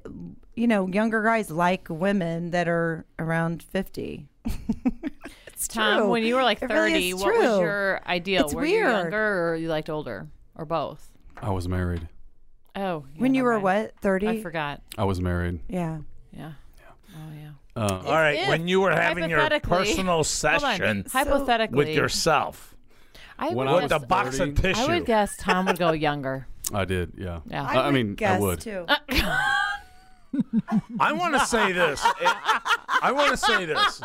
you know younger guys like women that are around fifty. it's Tom, true. when you were like It 30, really is what was true. your ideal? It's were weird. you younger or you liked older or both? I was married. Oh, yeah, when you never were mind. what thirty? I forgot. I was married. Yeah. Yeah. Oh yeah. Uh, All right, if, when you were having your hypothetically- personal Hold on. session Hypothetically, with yourself, I would, When I with was a guess, box of I tissue. would guess Tom would go younger. I did, yeah. Yeah. I, I mean, guess I would. too. I want to say this. I want to say this.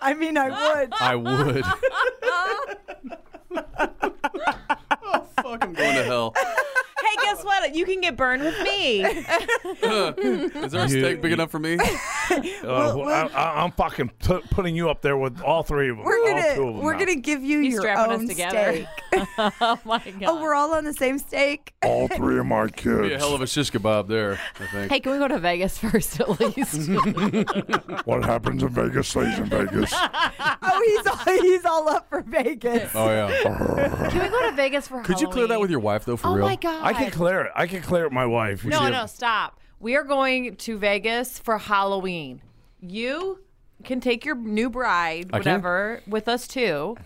I mean, I would. I would. oh, fuck, I'm going to hell. hey, guess what? You can get burned with me. Is there a steak big enough for me? Uh, I, I, I'm fucking t- putting you up there with all three of them. We're all two of gonna 'em we're now. gonna give you He's your strapping us own together. steak. oh my god. Oh, we're all on the same steak. All three of my Be a kids. hell of a shish kebab there, I think. hey, can we go to Vegas first at least? What happens in Vegas stays in Vegas. Oh, he's all, he's all up for Vegas. Oh, yeah. Can we go to Vegas for Could you clear that with your wife, though, for Oh real? my god. I can clear it. I can clear it. with My wife. No, no, stop. We are going to Vegas for Halloween. You can take your new bride, I can? whatever, with us too.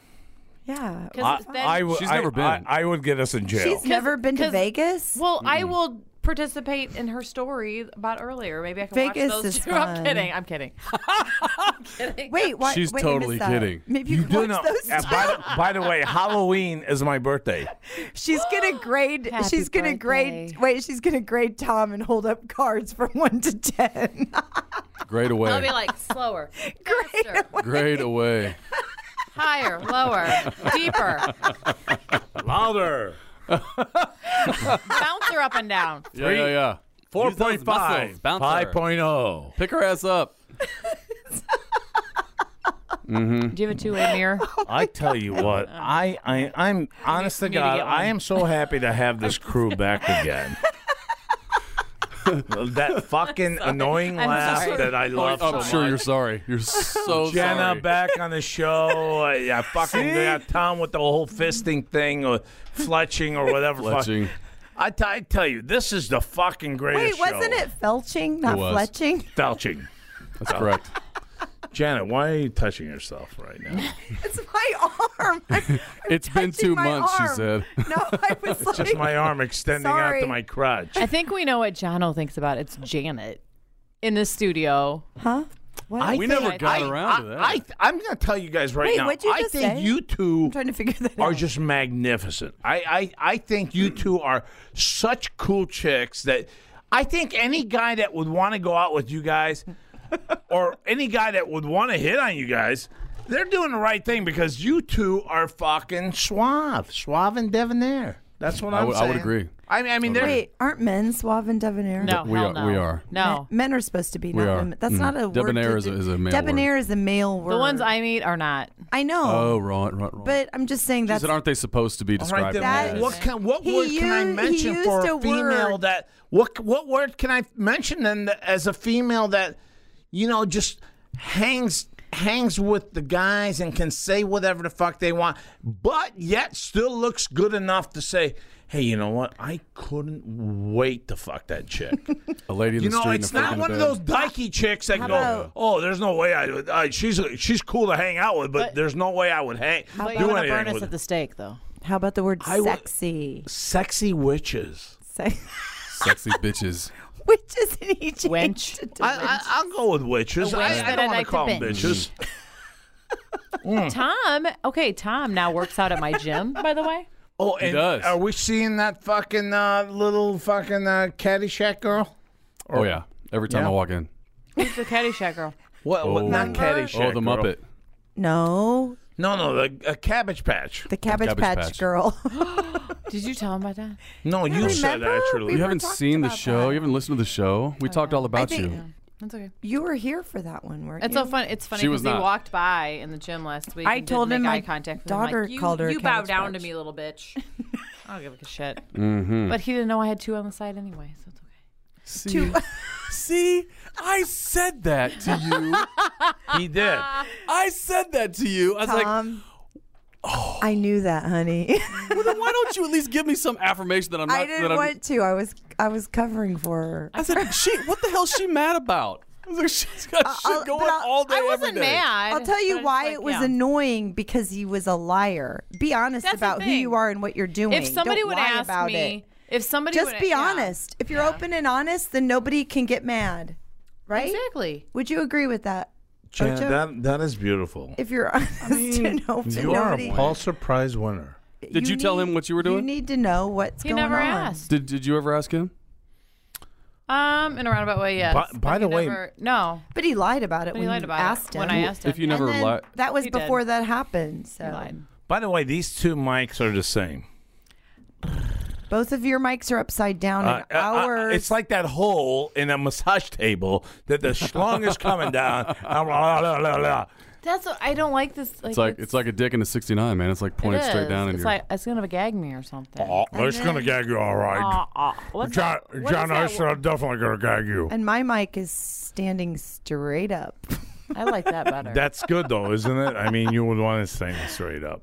Yeah. 'Cause I, then- I would- She's I- never been. I, I would get us in jail. She's never been to 'cause- Vegas? well, I will participate in her story about earlier. Maybe I can Vegas watch those is two. I'm fun. kidding. I'm kidding. Wait, why? She's wait, I totally missed that. kidding. Maybe you, do can watch know- those. uh, by, the, by the way, Halloween is my birthday. She's gonna grade. Happy she's gonna grade. birthday. Wait, she's gonna grade Tom and hold up cards from one to ten. Great I'll be away. like slower, Great. faster, Great away. higher, lower, deeper, Louder. bouncer up and down. Yeah, yeah, yeah. Four Use those point five. muscles, bouncer. Five point oh. Pick her ass up. Do you have a two-way mirror? I tell you what, I, I I'm honest to need to God, get I one. am so happy to have this crew back again. that fucking annoying I'm laugh sorry. that I love Oh, I'm so sure much. you're sorry. You're so Jenna sorry. back on the show. I, I fucking got Tom with the whole fisting thing or fletching or whatever. the fuck. Fletching. I t- I tell you, this is the fucking Wait, greatest show. wasn't it felching, not was. fletching? Felching. That's correct. Janet, why are you touching yourself right now? It's my arm. I'm It's been touching two my months, she arm. said. No, I was like, Just my arm extending out Sorry. to my crotch. I think we know what Jono thinks about. It's Janet in the studio. huh? What? I We think- never got around to that. I, I, am going to tell you guys right Wait, now. what'd you I just think say? you two I'm trying to figure that are out. just magnificent. I, I, I think you two are such cool chicks that I think any guy that would want to go out with you guys or any guy that would want to hit on you guys, they're doing the right thing because you two are fucking suave, suave and debonair. That's what I I'm would- I saying. would agree. I mean, I mean, they're, Wait, aren't men suave and debonair? No, We hell are- no. we are. No. Men are supposed to be. We not are. Women. That's Mhm. not a Debonair word. is to- a- is a male Debonair is a male word. The ones I meet are not. I know. Oh, right, right, right. But I'm just saying she that's said, aren't they supposed to be All right, described then That- as? what can what He word can I u- he mention for used a a female word. that what what word can I mention then that, as a female that you know just hangs hangs with the guys and can say whatever the fuck they want, but yet still looks good enough to say, hey, you know what? I couldn't wait to fuck that chick. a lady in You the know, street. and it's a freak not in a one of bed. those dykey chicks that go, about- "Oh, there's no way I, I she's she's cool to hang out with, but, But- there's no way I would hang do But you want to burn anything us with at the stake, though. how about the word I would- sexy? sexy witches." Se- sexy bitches. Which is an each Wench. I, I, I'll go with witches. The I, witch I that don't I want like to to call them bitch. bitches. Hmm. Tom, okay, Tom now works out at my gym, by the way. Oh, and does. are we seeing that fucking uh, little fucking uh, Caddyshack girl? Oh yeah. Every time Yeah. I walk in. Who's the Caddyshack girl? What? what- not Caddyshack. Oh, the girl. Muppet. No, No, no, the uh, Cabbage Patch. the Cabbage, Cabbage Patch, Patch. Girl. Did you tell him about that? No, you said remember? actually. We You were haven't talking seen the about show. that. You haven't listened to the show. We talked all about think- you. That's okay. you were here for that one, weren't It's you? so fun. It's funny She was because he not. walked by in the gym last week. I and told didn't make him my eye contact with him. I'm daughter like, you, called her a You bow cabbage down to patch." me, little bitch. I don't give a shit. Mm-hmm. But he didn't know I had two on the side anyway, so it's okay. See, see, I said that to you. He did. I said that to you. I was like, Um, Oh. I knew that, honey. well, then why don't you at least give me some affirmation that I'm not? that I didn't I'm, want to. I was I was covering for her. I said, she. What the hell is she mad about? I was like, she's got I'll- shit going but I'll- all day. Uh, I wasn't every day. mad. I'll tell but you it's why like, it was yeah. annoying because he was a liar. Be honest That's the about who thing. you are and what you're doing. If somebody Don't would lie ask about me, it. if somebody Just would, be yeah. honest. If you're open and honest, then nobody can get mad, right? Exactly. Would you agree with that? Janet, Ocho? that, that is beautiful. If you're honest and open, You are a nobody. Pulitzer Prize winner. Did you tell him what you were doing? You need to know what's He going never on. asked. Did Did you ever ask him? Um, in a roundabout way, yes. By- by But the he way- never- no. But he lied about But it when he lied you about asked it him. when I asked him. If you never And then lied, That was He did. before that happened. So He lied. By the way, these two mics are the same. both of your mics are upside down, Uh, and uh, uh, ours. it's like that hole in a massage table that the schlong is coming down. Ah, la, la, la, la. That's what, I don't like this. Like, it's like it's like a dick in a '69, man. It's like pointed it straight is. down, and It's you're like it's gonna gag me or something. Oh, it's gonna gag you, all right. Aw, aw. What's John, that- what John, is that I said word? I'm definitely gonna gag you. and my mic is standing straight up. I like that better. That's good though, isn't it? I mean, you would want to stand straight up.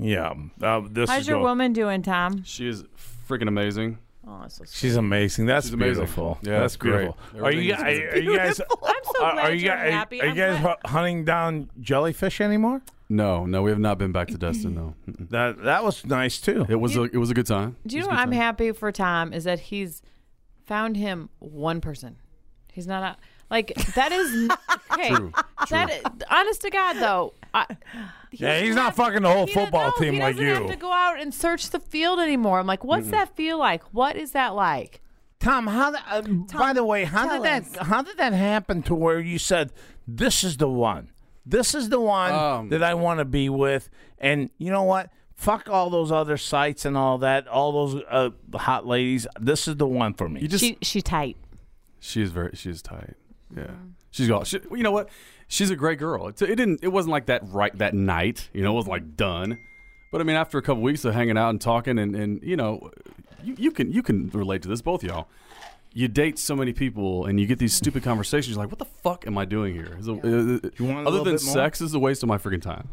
Yeah, uh, this How's is Hmm, your Uh, go- woman doing, Tom? she is freaking amazing. Oh, that's so sweet. She's amazing. That's She's amazing. beautiful. Yeah, that's it's great. beautiful. Are you, Everything's guys- are, you guys? I'm so Are, glad are you you're guys? happy. Are you I'm guys glad- hu- hunting down jellyfish anymore? No, no, we have not been back to Destin though. That that was nice too. It was a, it was a good time. Do you know what I'm happy for Tom is that he's found him one person. He's not out. Like that is n- okay. True, That i- honest to God though. I, he Yeah, doesn't he's not have- fucking the whole he doesn't- football no, team he like doesn't you. have to go out and search the field anymore. I'm like, what's that feel like? What is that like? Tom, how? The, uh, by the way, how tell did that? How did that happen to where you said this is the one? This is the one Um, that I want to be with, and you know what? Fuck all those other sites and all that. All those uh, hot ladies. This is the one for me. You just She she tight. She is very. She is tight. Yeah, she's got. She, well, you know what? She's a great girl. It, it didn't. It wasn't like that right that night. You know, it was like done. But I mean, after a couple weeks of hanging out and talking, and and you know, you, you can you can relate to this, both y'all. You date so many people, and you get these stupid conversations. You're like, what the fuck am I doing here? Is it- uh, You want a other little than bit more? sex, is a waste of my freaking time.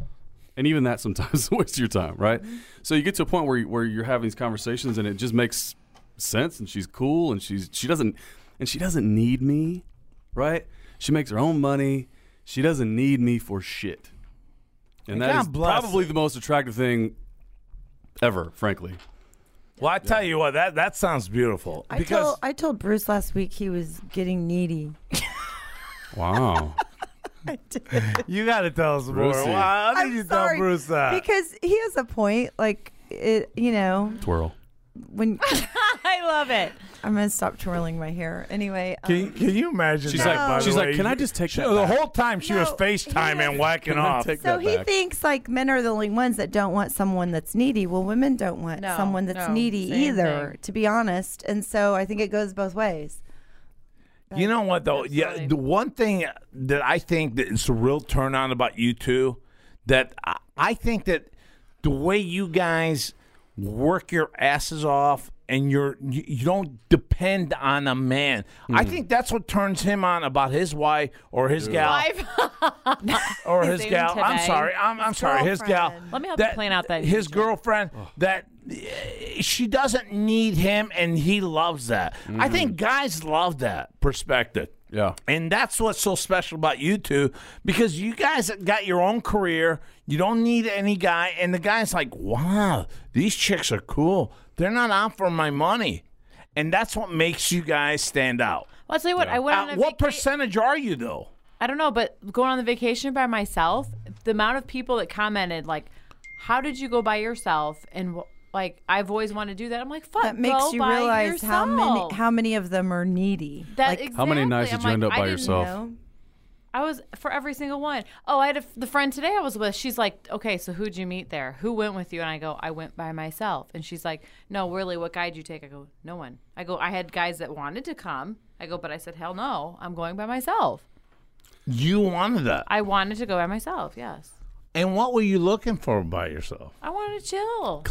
And even that sometimes is a waste of your time, right? So you get to a point where you, where you're having these conversations, and it just makes sense. And she's cool, and she's she doesn't and she doesn't need me, right? She makes her own money. She doesn't need me for shit. And that God is bless probably the most attractive thing ever, frankly. well, I tell you what, that that sounds beautiful. I told I told Bruce last week he was getting needy. Wow. You got to tell us more. Brucey. Why did I'm you tell sorry, Bruce that? because he has a point. Like it, you know, Twirl. when I love it. I'm gonna stop twirling my hair anyway. um, can, can you imagine? She's that, like- by the she's like, way? "Can I just take She- that The back?" whole time she was No, FaceTiming, yes. whacking off. so he thinks like men are the only ones that don't want someone that's needy. Well, women don't want No, someone that's no, needy same either, thing. to be honest. And so I think it goes both ways. You know what though? Yeah, Absolutely. the one thing that I think that is a real turn on about you two, that I, I think that the way you guys work your asses off and you're you, you don't depend on a man. I think that's what turns him on about his wife or his gal Wife. or his Even gal. I'm today. sorry, I'm, I'm sorry, his gal. girlfriend. Let me help you plan out that his future. girlfriend that uh, she doesn't need him and he loves that. I think guys love that perspective. Yeah. And that's what's so special about you two because you guys got your own career. You don't need any guy. And the guy's like, wow, these chicks are cool. They're not out for my money. And that's what makes you guys stand out. Well, I'll tell you what. I went on Uh, a what vaca- percentage are you, though? I don't know, but going on the vacation by myself, the amount of people that commented like, "How did you go by yourself?" and wh- like, I've always wanted to do that. I'm like, "Fuck, That makes go you by realize how many yourself. how many of them are needy. that like, exactly. How many nights I'm did you end like, up by I didn't yourself? you know, I was for every single one. Oh, I had a, the friend today I was with. She's like, okay, so who'd you meet there? Who went with you? And I go, I went by myself. And she's like, no, really, what guide you take? I go, no one. I go, I had guys that wanted to come. I go, but I said, hell no, I'm going by myself. You wanted that. I wanted to go by myself. Yes, And what were you looking for by yourself? I wanted to chill.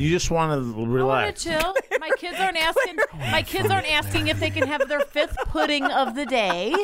You just wanted to relax. I want to chill. My kids aren't asking. My kids aren't asking if they can have their fifth pudding of the day,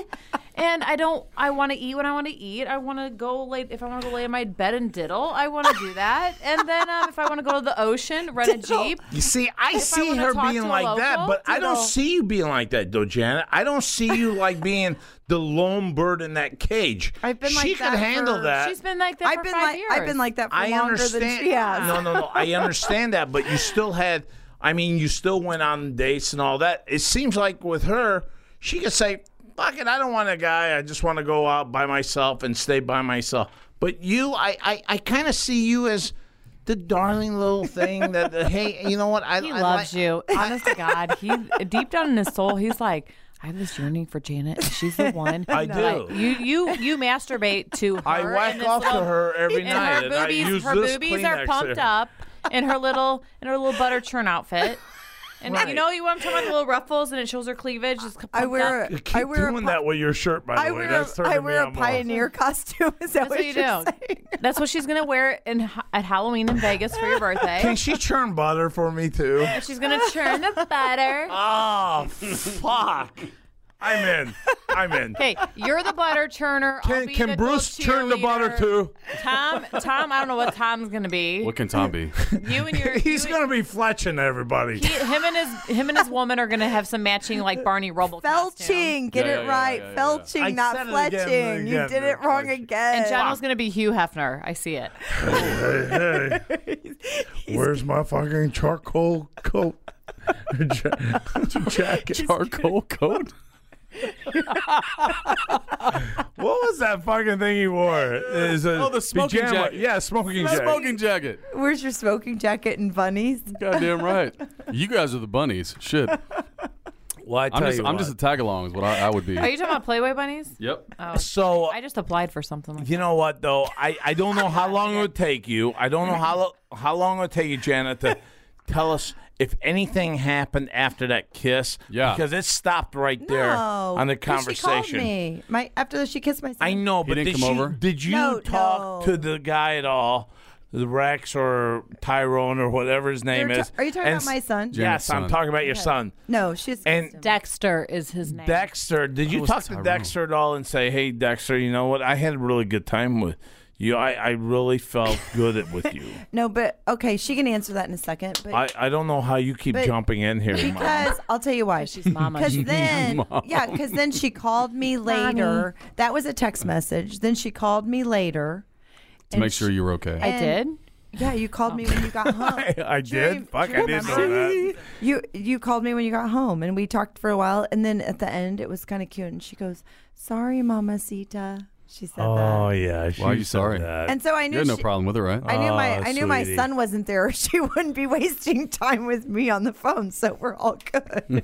and I don't. I want to eat when I want to eat. I want to go lay. If I want to go lay in my bed and diddle, I want to do that. And then um, if I want to go to the ocean, rent a jeep. You see, I see wanna her talk being to a like that, local, but I don't ditto. see you being like that, though, Janet. I don't see you like being the lone bird in that cage. I've been she like could that handle for- that. She's been like that I've for been five like years. I've been like that for I longer understand. than she has. No, no, no. I understand that, but you still had. I mean, you still went on dates and all that. It seems like with her, she could say, "Fuck it, I don't want a guy. I just want to go out by myself and stay by myself." But you, I, I, I kind of see you as the darling little thing that, that, hey, you know what? I, He I loves like- you. Honest to God, he deep down in his soul, he's like. I have this yearning for Janet. She's the one. I But I- do. you you you masturbate to her. I and whack this off to little- her every and night, her and I boobies, use her this boobies are Kleenex pumped here. up in her little in her little butter churn outfit. And Right. you know you want to talk about the little ruffles and it shows her cleavage. Just pumped I wear up. a- Keep I wear doing a, that with your shirt, by the I way. wear That's a, turning I me wear a on more. pioneer costume. Is that That's what you do. That's what she's gonna wear in Ha- at Halloween in Vegas for your birthday. Can she churn butter for me too? She's gonna churn the butter. Oh, fuck. I'm in. I'm in. Okay, you're the butter churner. I'll Can, be can the Bruce goat churn the butter cheerleader. too? Tom, Tom, I don't know what Tom's gonna be. What can Tom be? You and your He's you gonna be fletching everybody. He, him and his him and his woman are gonna have some matching like Barney Rubble costume. Felching, get Yeah, it yeah, right. yeah, yeah, yeah. Felching, I not said it again, fletching. again, you did it the wrong fletching. again. And John was gonna be Hugh Hefner. I see it. Where's my fucking charcoal coat? Jacket. Charcoal coat? What was that fucking thing he wore? Is a Oh, the smoking pajama- jacket. Yeah, smoking jacket. Smoking jacket. Where's your smoking jacket and bunnies? Goddamn right. You guys are the bunnies. Shit. Well, I I'm tell just, you I'm what. just a tag along is what I, I would be. Are you talking about Playboy bunnies? Yep. Oh, so I just applied for something. Like You know what though? I, I don't know how long it would take you. I don't know how lo- how long it would take you, Janet, to tell us if anything happened after that kiss. Yeah. Because it stopped right there no. on the 'cause conversation. She called me. My, after she kissed my son. I know, but didn't did, come she- over? did you No, talk no. to the guy at all? The Rex or Tyrone or whatever his You're name ta- is. are you talking And about my s- son? Yes, Janet's I'm son. talking about your son. No, she's And- that. Dexter is his name. Dexter, did you was talk to Tyrone. Dexter at all and say, "Hey, Dexter, you know what? I had a really good time with you. I, I really felt good at- with you. no, but okay, she can answer that in a second. But I, I don't know how you keep But- jumping in here, Mom. because I'll tell you why. She's mama. Because then, yeah, because then she called me later. That was a text message. Then she called me later. to make sure you were okay. I did. Yeah, you called me when you got home. I Dream- did. Fuck, I dream didn't know remember? that. You you called me when you got home, and we talked for a while, and then at the end, it was kind of cute, and she goes, "Sorry, Mamacita," she said Oh that. yeah. Why are you sorry? And so I You knew had no she- problem with it, right? I knew my Oh, I knew my sweetie. son wasn't there. She wouldn't be wasting time with me on the phone, so we're all good.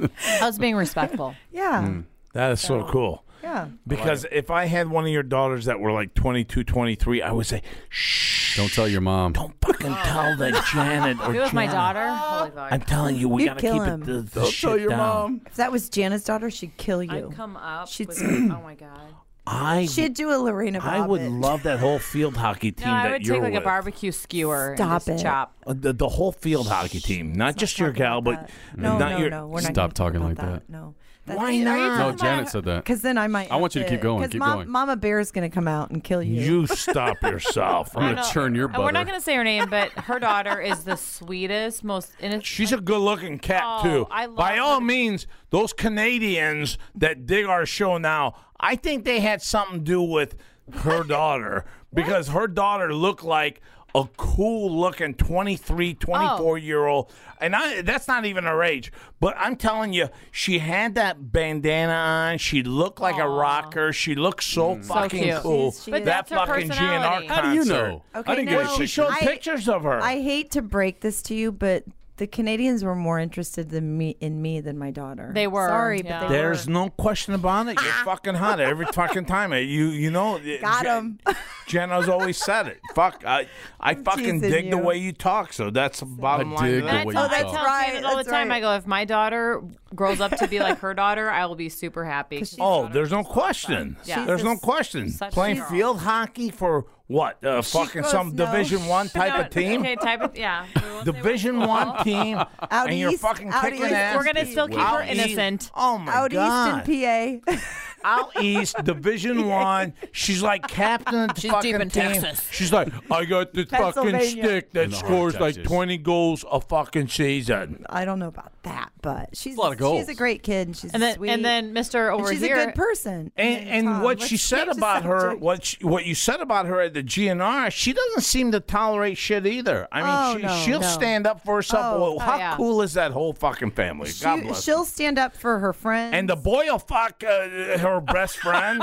I was being respectful. yeah, Hmm. That is so cool. yeah. Because if I had one of your daughters that were like 22, 23, I would say, shh, Don't tell your mom. don't fucking tell that Janet or If it was my Janet. daughter, holy fuck. I'm telling you, we You'd gotta kill keep him. it. The, the shit down. If that was Jana's daughter, she'd kill you. I'd come up. She'd- with, oh my god. I She'd do a Lorena. I would Bobbitt. love that whole field hockey team No, I that would you're take like with. a barbecue skewer. Stop and just it. Chop. Uh, The, the whole field hockey team, not just your gal, but No, not no, your. no. We're Stop not gonna talk talking about like that. No. Why not? No, Janet said that. Because then I might. I want you to keep going, Because keep going. Mama Bear's going to come out and kill you. You stop yourself. I'm gonna don't- churn your And we're not butter. going to say her name, but her daughter is the sweetest, most innocent. She's a good-looking cat Oh, too. I love By all her. means, those Canadians that dig our show now, I think they had something to do with her daughter because her daughter looked like a cool-looking 23, Oh. 24-year-old, and I, that's not even her age. But I'm telling you, she had that bandana on. She looked like a rocker. She looked so fucking Mm. cute. cool. She's- she is. But that that's her fucking GNR personality. concert. How do you know? Okay, I didn't now- get a Well, She picture. showed I- pictures of her. I hate to break this to you, but the Canadians were more interested than me in me than my daughter. They were, Sorry, yeah. but they There's no question about it. You're fucking hot every fucking time. Uh, You you know. Ah. uh, Got Jen- 'em. Jenna's always said it. Fuck, I I fucking teasing dig the you. way you talk. So that's the bottom I line. to dig the that. And I way tell, you I talk. tell That's right, Janet all the that's time, right. I go, if my daughter grows up to be like her daughter, I will be super happy. Oh, there's no question. Yeah. There's She's no a- question. such a Playing girl. field hockey for what? Uh, fucking goes, some no. Division One type No, of team. Okay, type of, yeah. we won't say what Division it's One called. team, Out and you're east, fucking out kicking east. ass. We're gonna still keep Out her east. innocent. Oh my out god! east in PA. out east, Division One. She's like captain of the She's fucking deep in team. Texas. She's like, I got this fucking Pennsylvania. stick that In the heart of scores like Texas. 20 goals a fucking season. I don't know about that, but she's lot of She's a goals. great kid. And she's And then, sweet. and then Mr. And over she's here. a good person. And, then and Tom, what let's she said change the about her, subject. what she, what you said about her at the GNR, she doesn't seem to tolerate shit either. I mean, Oh, she, no, she'll no. stand up for herself. Oh, well, oh, how yeah. cool is that whole fucking family? God she, bless. she'll stand up for her friends. and the boy will fuck uh, her best friend.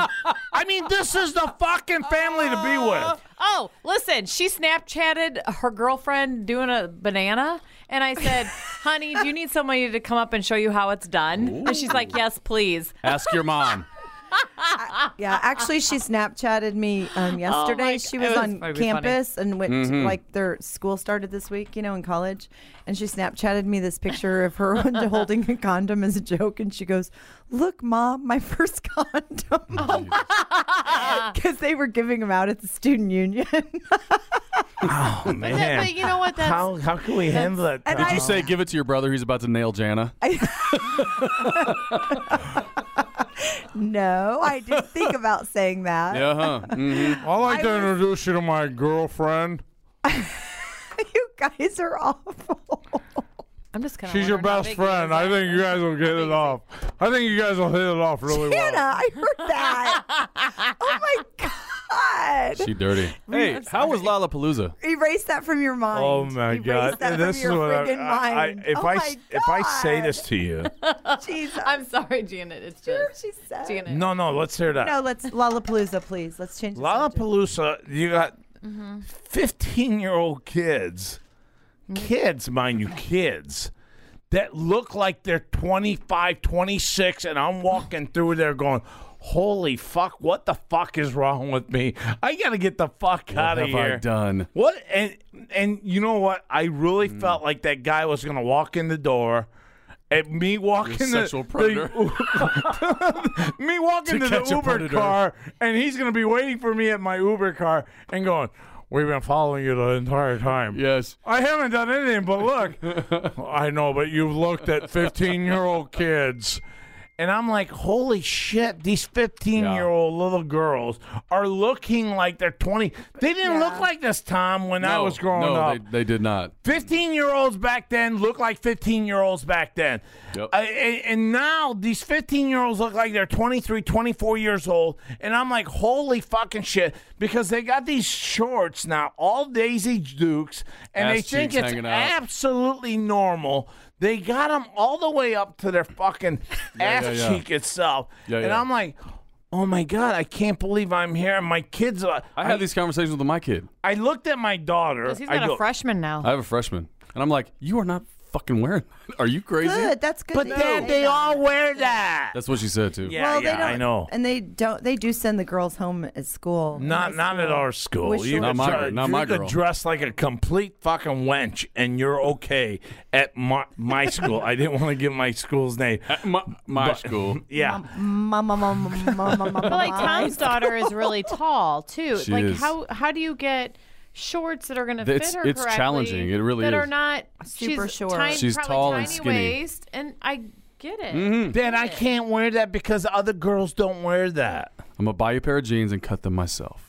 I mean, this is the fucking family to be with. Oh, listen, she Snapchatted her girlfriend doing a banana. And I said, honey, do you need somebody to come up and show you how it's done? And she's like, yes, please. Ask your mom. Yeah, actually, she Snapchatted me um, yesterday. Oh my she God. It was, was probably on funny. campus and went Mm-hmm. to, like their school started this week, you know, in college, and she Snapchatted me this picture of her holding a condom as a joke, and she goes, "Look, mom, my first Oh, condom," because they were giving them out at the student union. Oh But, that, man, but you know what? That's how how can we handle that? and now? I- You say give it to your brother. He's about to nail Jana. No, I did think about saying that. Yeah, huh? Mhm. I'd like to introduce you to my girlfriend. You guys are awful. I'm just kind of. She's your best friend. I think you guys will get it off. I think you guys will hit it off really Hannah, well. I heard that. oh my God. She dirty. Hey, how was Lollapalooza? Erase that from your mind. Oh my Erase God! That This is from your what I, friggin' I, I- mind. if oh I my s- if I say God. this to you, Jesus. I'm sorry, Janet. It's Sure, just she said. Janet. no, no, let's hear that. No, let's Lollapalooza, please. Let's change. the subject. Mm-hmm. Lollapalooza, you got 15 year old kids, kids, mind you, kids, that look like they're 25, 26, and I'm walking through there going, Holy fuck, what the fuck is wrong with me? I gotta get the fuck out of have here. I done? Mm. What and and you know what? I really felt like that guy was gonna walk in the door. And me walking the, sexual the- predator. me walking to, To the catch a Uber predator. car, and he's gonna be waiting for me at my Uber car and going, "We've been following you the entire time." Yes. I haven't done anything, but look, I know, but you've looked at fifteen-year-old kids. And I'm like, holy shit, these 15 year old little girls are looking like they're 20. They didn't look like this, Tom, when I No, was growing no, up. They, they did not. 15 year olds back then look like 15 year olds back then. Yep. Uh, and, and now these 15 year olds look like they're 23, 24 years old. And I'm like, holy fucking shit. Because they got these shorts now, all Daisy Dukes, and Ass they think cheeks it's hanging out. absolutely normal. They got them all the way up to their fucking ass yeah, yeah. cheek itself. Yeah, and yeah. I'm like, oh my God, I can't believe I'm here. And my kids, are, I had these conversations with my kid. I looked at my daughter. Because he's I got a go, freshman now. I have a freshman, and I'm like, you are not fucking wearing. That. Are you crazy? Good. That's good. But that you Dad, say they that. all wear that. That's what she said too. yeah, Well, yeah, they don't, I know. And they don't. They do send the girls home at school. Not High not at school. our school. With You shorts. Not my dr- girl, not my you could girl. dress like a complete fucking wench, and you're okay at my my school. I didn't want to give my school's name. My, my school. Yeah, Ma, ma, ma, ma, ma, ma, ma, But like ma. Tom's daughter is really tall too. She like is. how how do you get shorts that are going to fit It's- her it's correctly? challenging. It really that is. are not Super she's short. Tiny, She's probably tall tiny and skinny. Mm-hmm. waist, and I get it. Dad, I can't wear that because other girls don't wear that. I'm gonna buy you a pair of jeans and cut them myself.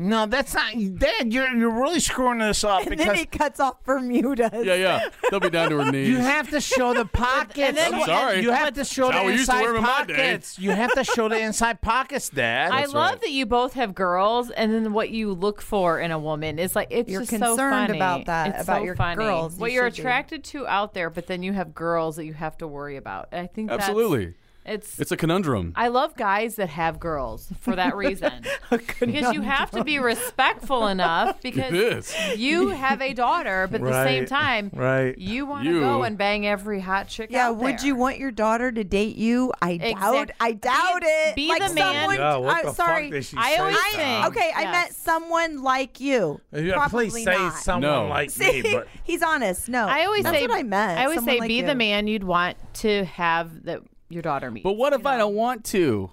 No, that's not, Dad. You're you're really screwing this up And then because he cuts off Bermudas. Yeah, yeah. They'll be down to her knees. you have to show the pockets. then- I'm sorry. You have to show That's how the we used to inside wear 'em in my day. pockets. You have to show the inside pockets, Dad. I love that you both have girls, and then what you look for in a woman is like it's You're just so concerned funny. about that, It's about so your funny. girls. What You you're should be. attracted to out there, but then you have girls that you have to worry about. I think that's- Absolutely. it's It's a conundrum. I love guys that have girls for that reason. because you have to be respectful enough because is. you have a daughter, but at the same Right, time, right. you want to You- go and bang every hot chick Yeah, out would there. you want your daughter to date you? I doubt. Exact- I doubt it. be like the man. Someone, Yeah, what uh, the fuck sorry. did she I say always that? think- I, okay, I Yes. meant someone like you. Yeah, Probably please say not. someone No. like See, me, but he's honest. No, I always that's say what I meant. I always someone say like be you. the man you'd want to have that your daughter meet. but what if I don't want to?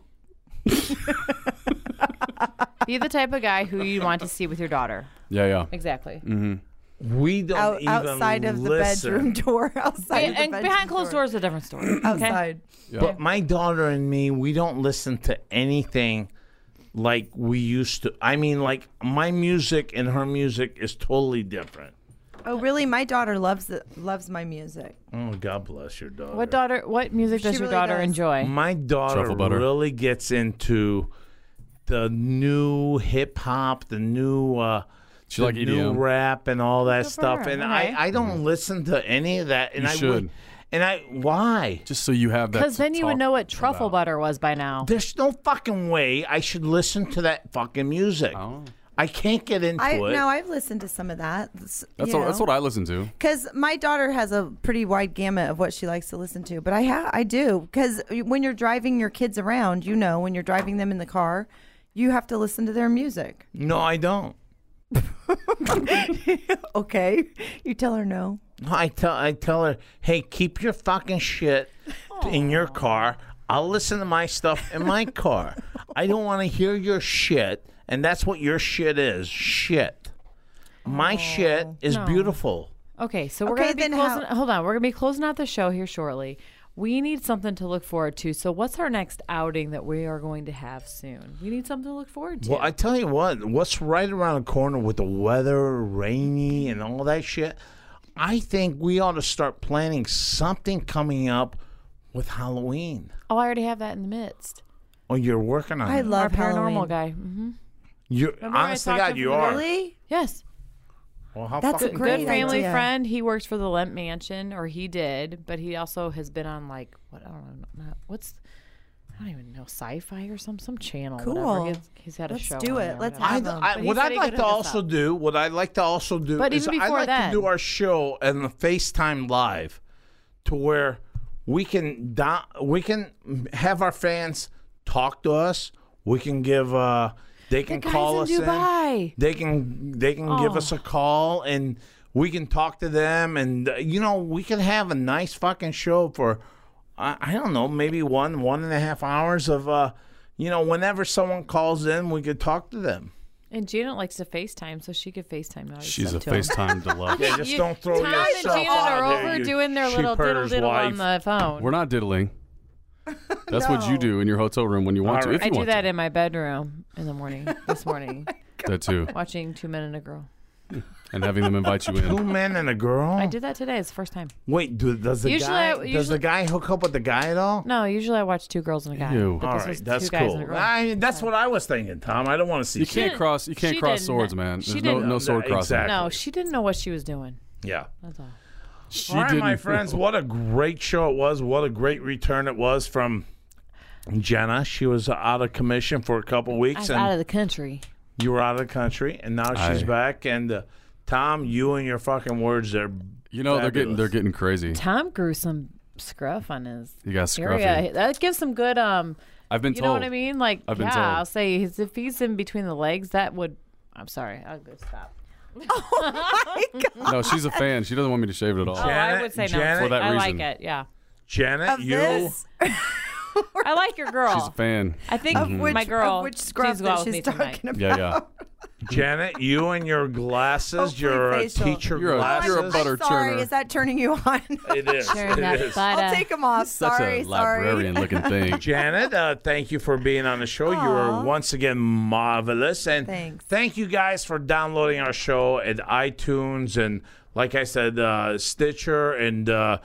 be the type of guy who you want to see with your daughter. Yeah, yeah. Exactly. Mm. we don't Out, even outside of the listen. bedroom door. Outside And, of the and bedroom behind closed door. doors is a different story. Okay. Outside. But my daughter and me, we don't listen to anything like we used to. I mean, like my music and her music is totally different. Oh, really? My daughter loves the, loves my music. Oh, God bless your daughter. What daughter? What music does She your really daughter does. Mm. enjoy? My daughter Truffle butter. really gets into the new hip hop, the new. Uh, She the like E new EDM. rap and all that for stuff, her. and Okay. I, I don't listen to any of that. And You I should. would- and I why? Just so you have that. Because to then you would talk know what truffle about. butter was by now. There's no fucking way I should listen to that fucking music. I can't get into I it. no, I've listened to some of that. That's what, that's what I listen to. Because my daughter has a pretty wide gamut of what she likes to listen to, but I ha- I do because when you're driving your kids around, you know, when you're driving them in the car, you have to listen to their music. No, I don't. Okay, you tell her no. I tell I tell her, hey, keep your fucking shit in your car. I'll listen to my stuff in my car. I don't want to hear your shit, and that's what your shit is, shit. My shit is beautiful. Okay, so we're Okay, gonna be then closing. how- Hold on, we're gonna be closing out the show here shortly. We need something to look forward to. So, what's our next outing that we are going to have soon? We need something to look forward to. Well, I tell you what, what's right around the corner with the weather, rainy, and all that shit, I think we ought to start planning something coming up with Halloween. oh, I already have that in the midst. Oh, you're working on I Mm-hmm. it. Our love paranormal Halloween. guy. hmm You're, I honest to talked God, to you him are. Really? Yes, Well, how That's a fucking Great good family idea. friend. He works for the Lemp Mansion, or he did, but he also has been on like what I don't know, not, what's I don't even know, sci-fi or some some channel. whatever. Cool. He's, he's had a Let's show. do on it. or Let's whatever. I, Problem. I, Um, But he what said I'd he like could to hook us also up. do, what I'd like to also do, But is even I'd before like then. to do our show and the FaceTime live, to where we can do, we can have our fans talk to us. We can give uh, they can guys call in us Dubai. Oh. They can they can give us a call and we can talk to them and uh, you know we can have a nice fucking show for I, I don't know maybe one one and a half hours of uh, you know whenever someone calls in we could talk to them. And Janet likes to FaceTime, so she could FaceTime. all his She's a stuff to him. FaceTime deluxe. Yeah, just Ah, You- don't throw Tom yourself and Janet out are there, over you doing their little diddle sheepherder's diddle on wife. the phone. We're not diddling. That's what you do in your hotel room when you want All to. right. If you I do want that to. in my bedroom in the morning this morning, that too, watching Two Men and a Girl. and having them invite you Two in. men and a girl. Oh. I did that today. It's the first time. Wait, do, does the Usually guy I- does usually- the guy hook up with the guy at all? No, usually I watch two girls and a guy. Ew. But all this right, was that's two guys and a cool. girl. I, that's what I was thinking, Tom. I don't want to see. You can't didn't- cross. You can't she cross didn't- swords, man. she There's no didn't- no sword crossing. Exactly. No, she didn't know what she was doing. Yeah. That's all. She All right, my didn't- friends, what a great show it was. What a great return it was from Jenna. She was out of commission for a couple I weeks, was and out of the country. you were out of the country, and now she's I- back. And uh, Tom, you and your fucking words there. You know they're getting Fabulous. they're getting crazy. Tom grew some scruff on his You got scruffy. area. That gives some good um. I've been you told. know what I mean? Like, I've been yeah, told. I'll say his, if he's in between the legs, that would. I'm sorry, I'll go stop. No, she's a fan. She doesn't want me to shave it at all. Oh, I Janet- would say Janet- no. For that I reason. like it. Yeah, Janet, Of you. this, I like your girl. She's a fan. I think of which, my girl. of which scrub please go out that with she's me tonight. talking about. Mm-hmm. Yeah, yeah. Janet, you and your glasses, Hopefully your uh, facial. teacher You're a- Oh, glasses. I'm, You're a butter I'm sorry. churner. Is that turning you on? It is. Sharing It that is. butt, I'll uh, take them off. Such Sorry, a sorry. librarian-looking thing. Janet, uh, thank you for being on the show. You are once again marvelous. And Thanks. thank you guys for downloading our show at iTunes and, like I said, uh, Stitcher. And uh,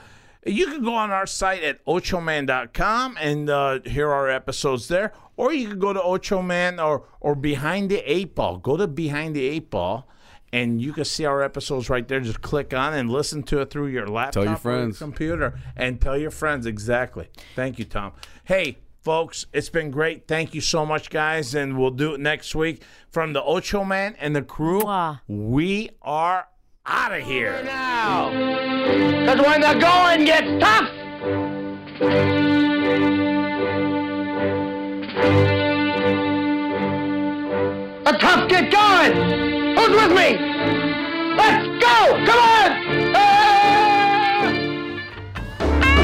you can go on our site at ochoman.com and uh, hear our episodes there. Or you can go to Ochoman or, or Behind the Eight Ball. Go to Behind the Eight Ball. And you can see our episodes right there. Just click on and listen to it through your laptop, your or friends. computer, and tell your friends exactly. Thank you, Tom. Hey, folks, it's been great. Thank you so much, guys, and we'll do it next week from the Ocho Man and the crew. Mwah. We are out of here. Because when the going gets tough, the tough get going. Who's with me? Let's go! Come on!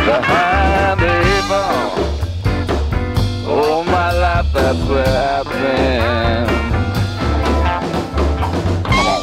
Behind the eight ball. All my life that's where I've been.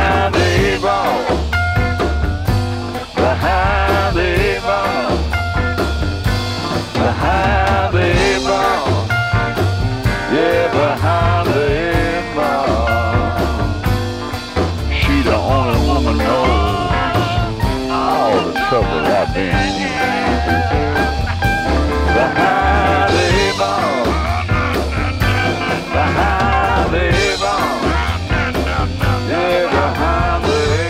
the eight ball. Behind the eight ball. Behind the eight ball. Yeah, behind the eight ball. She the only woman knows all the trouble I've been in. Behind the eight ball. Behind the eight ball. Yeah, behind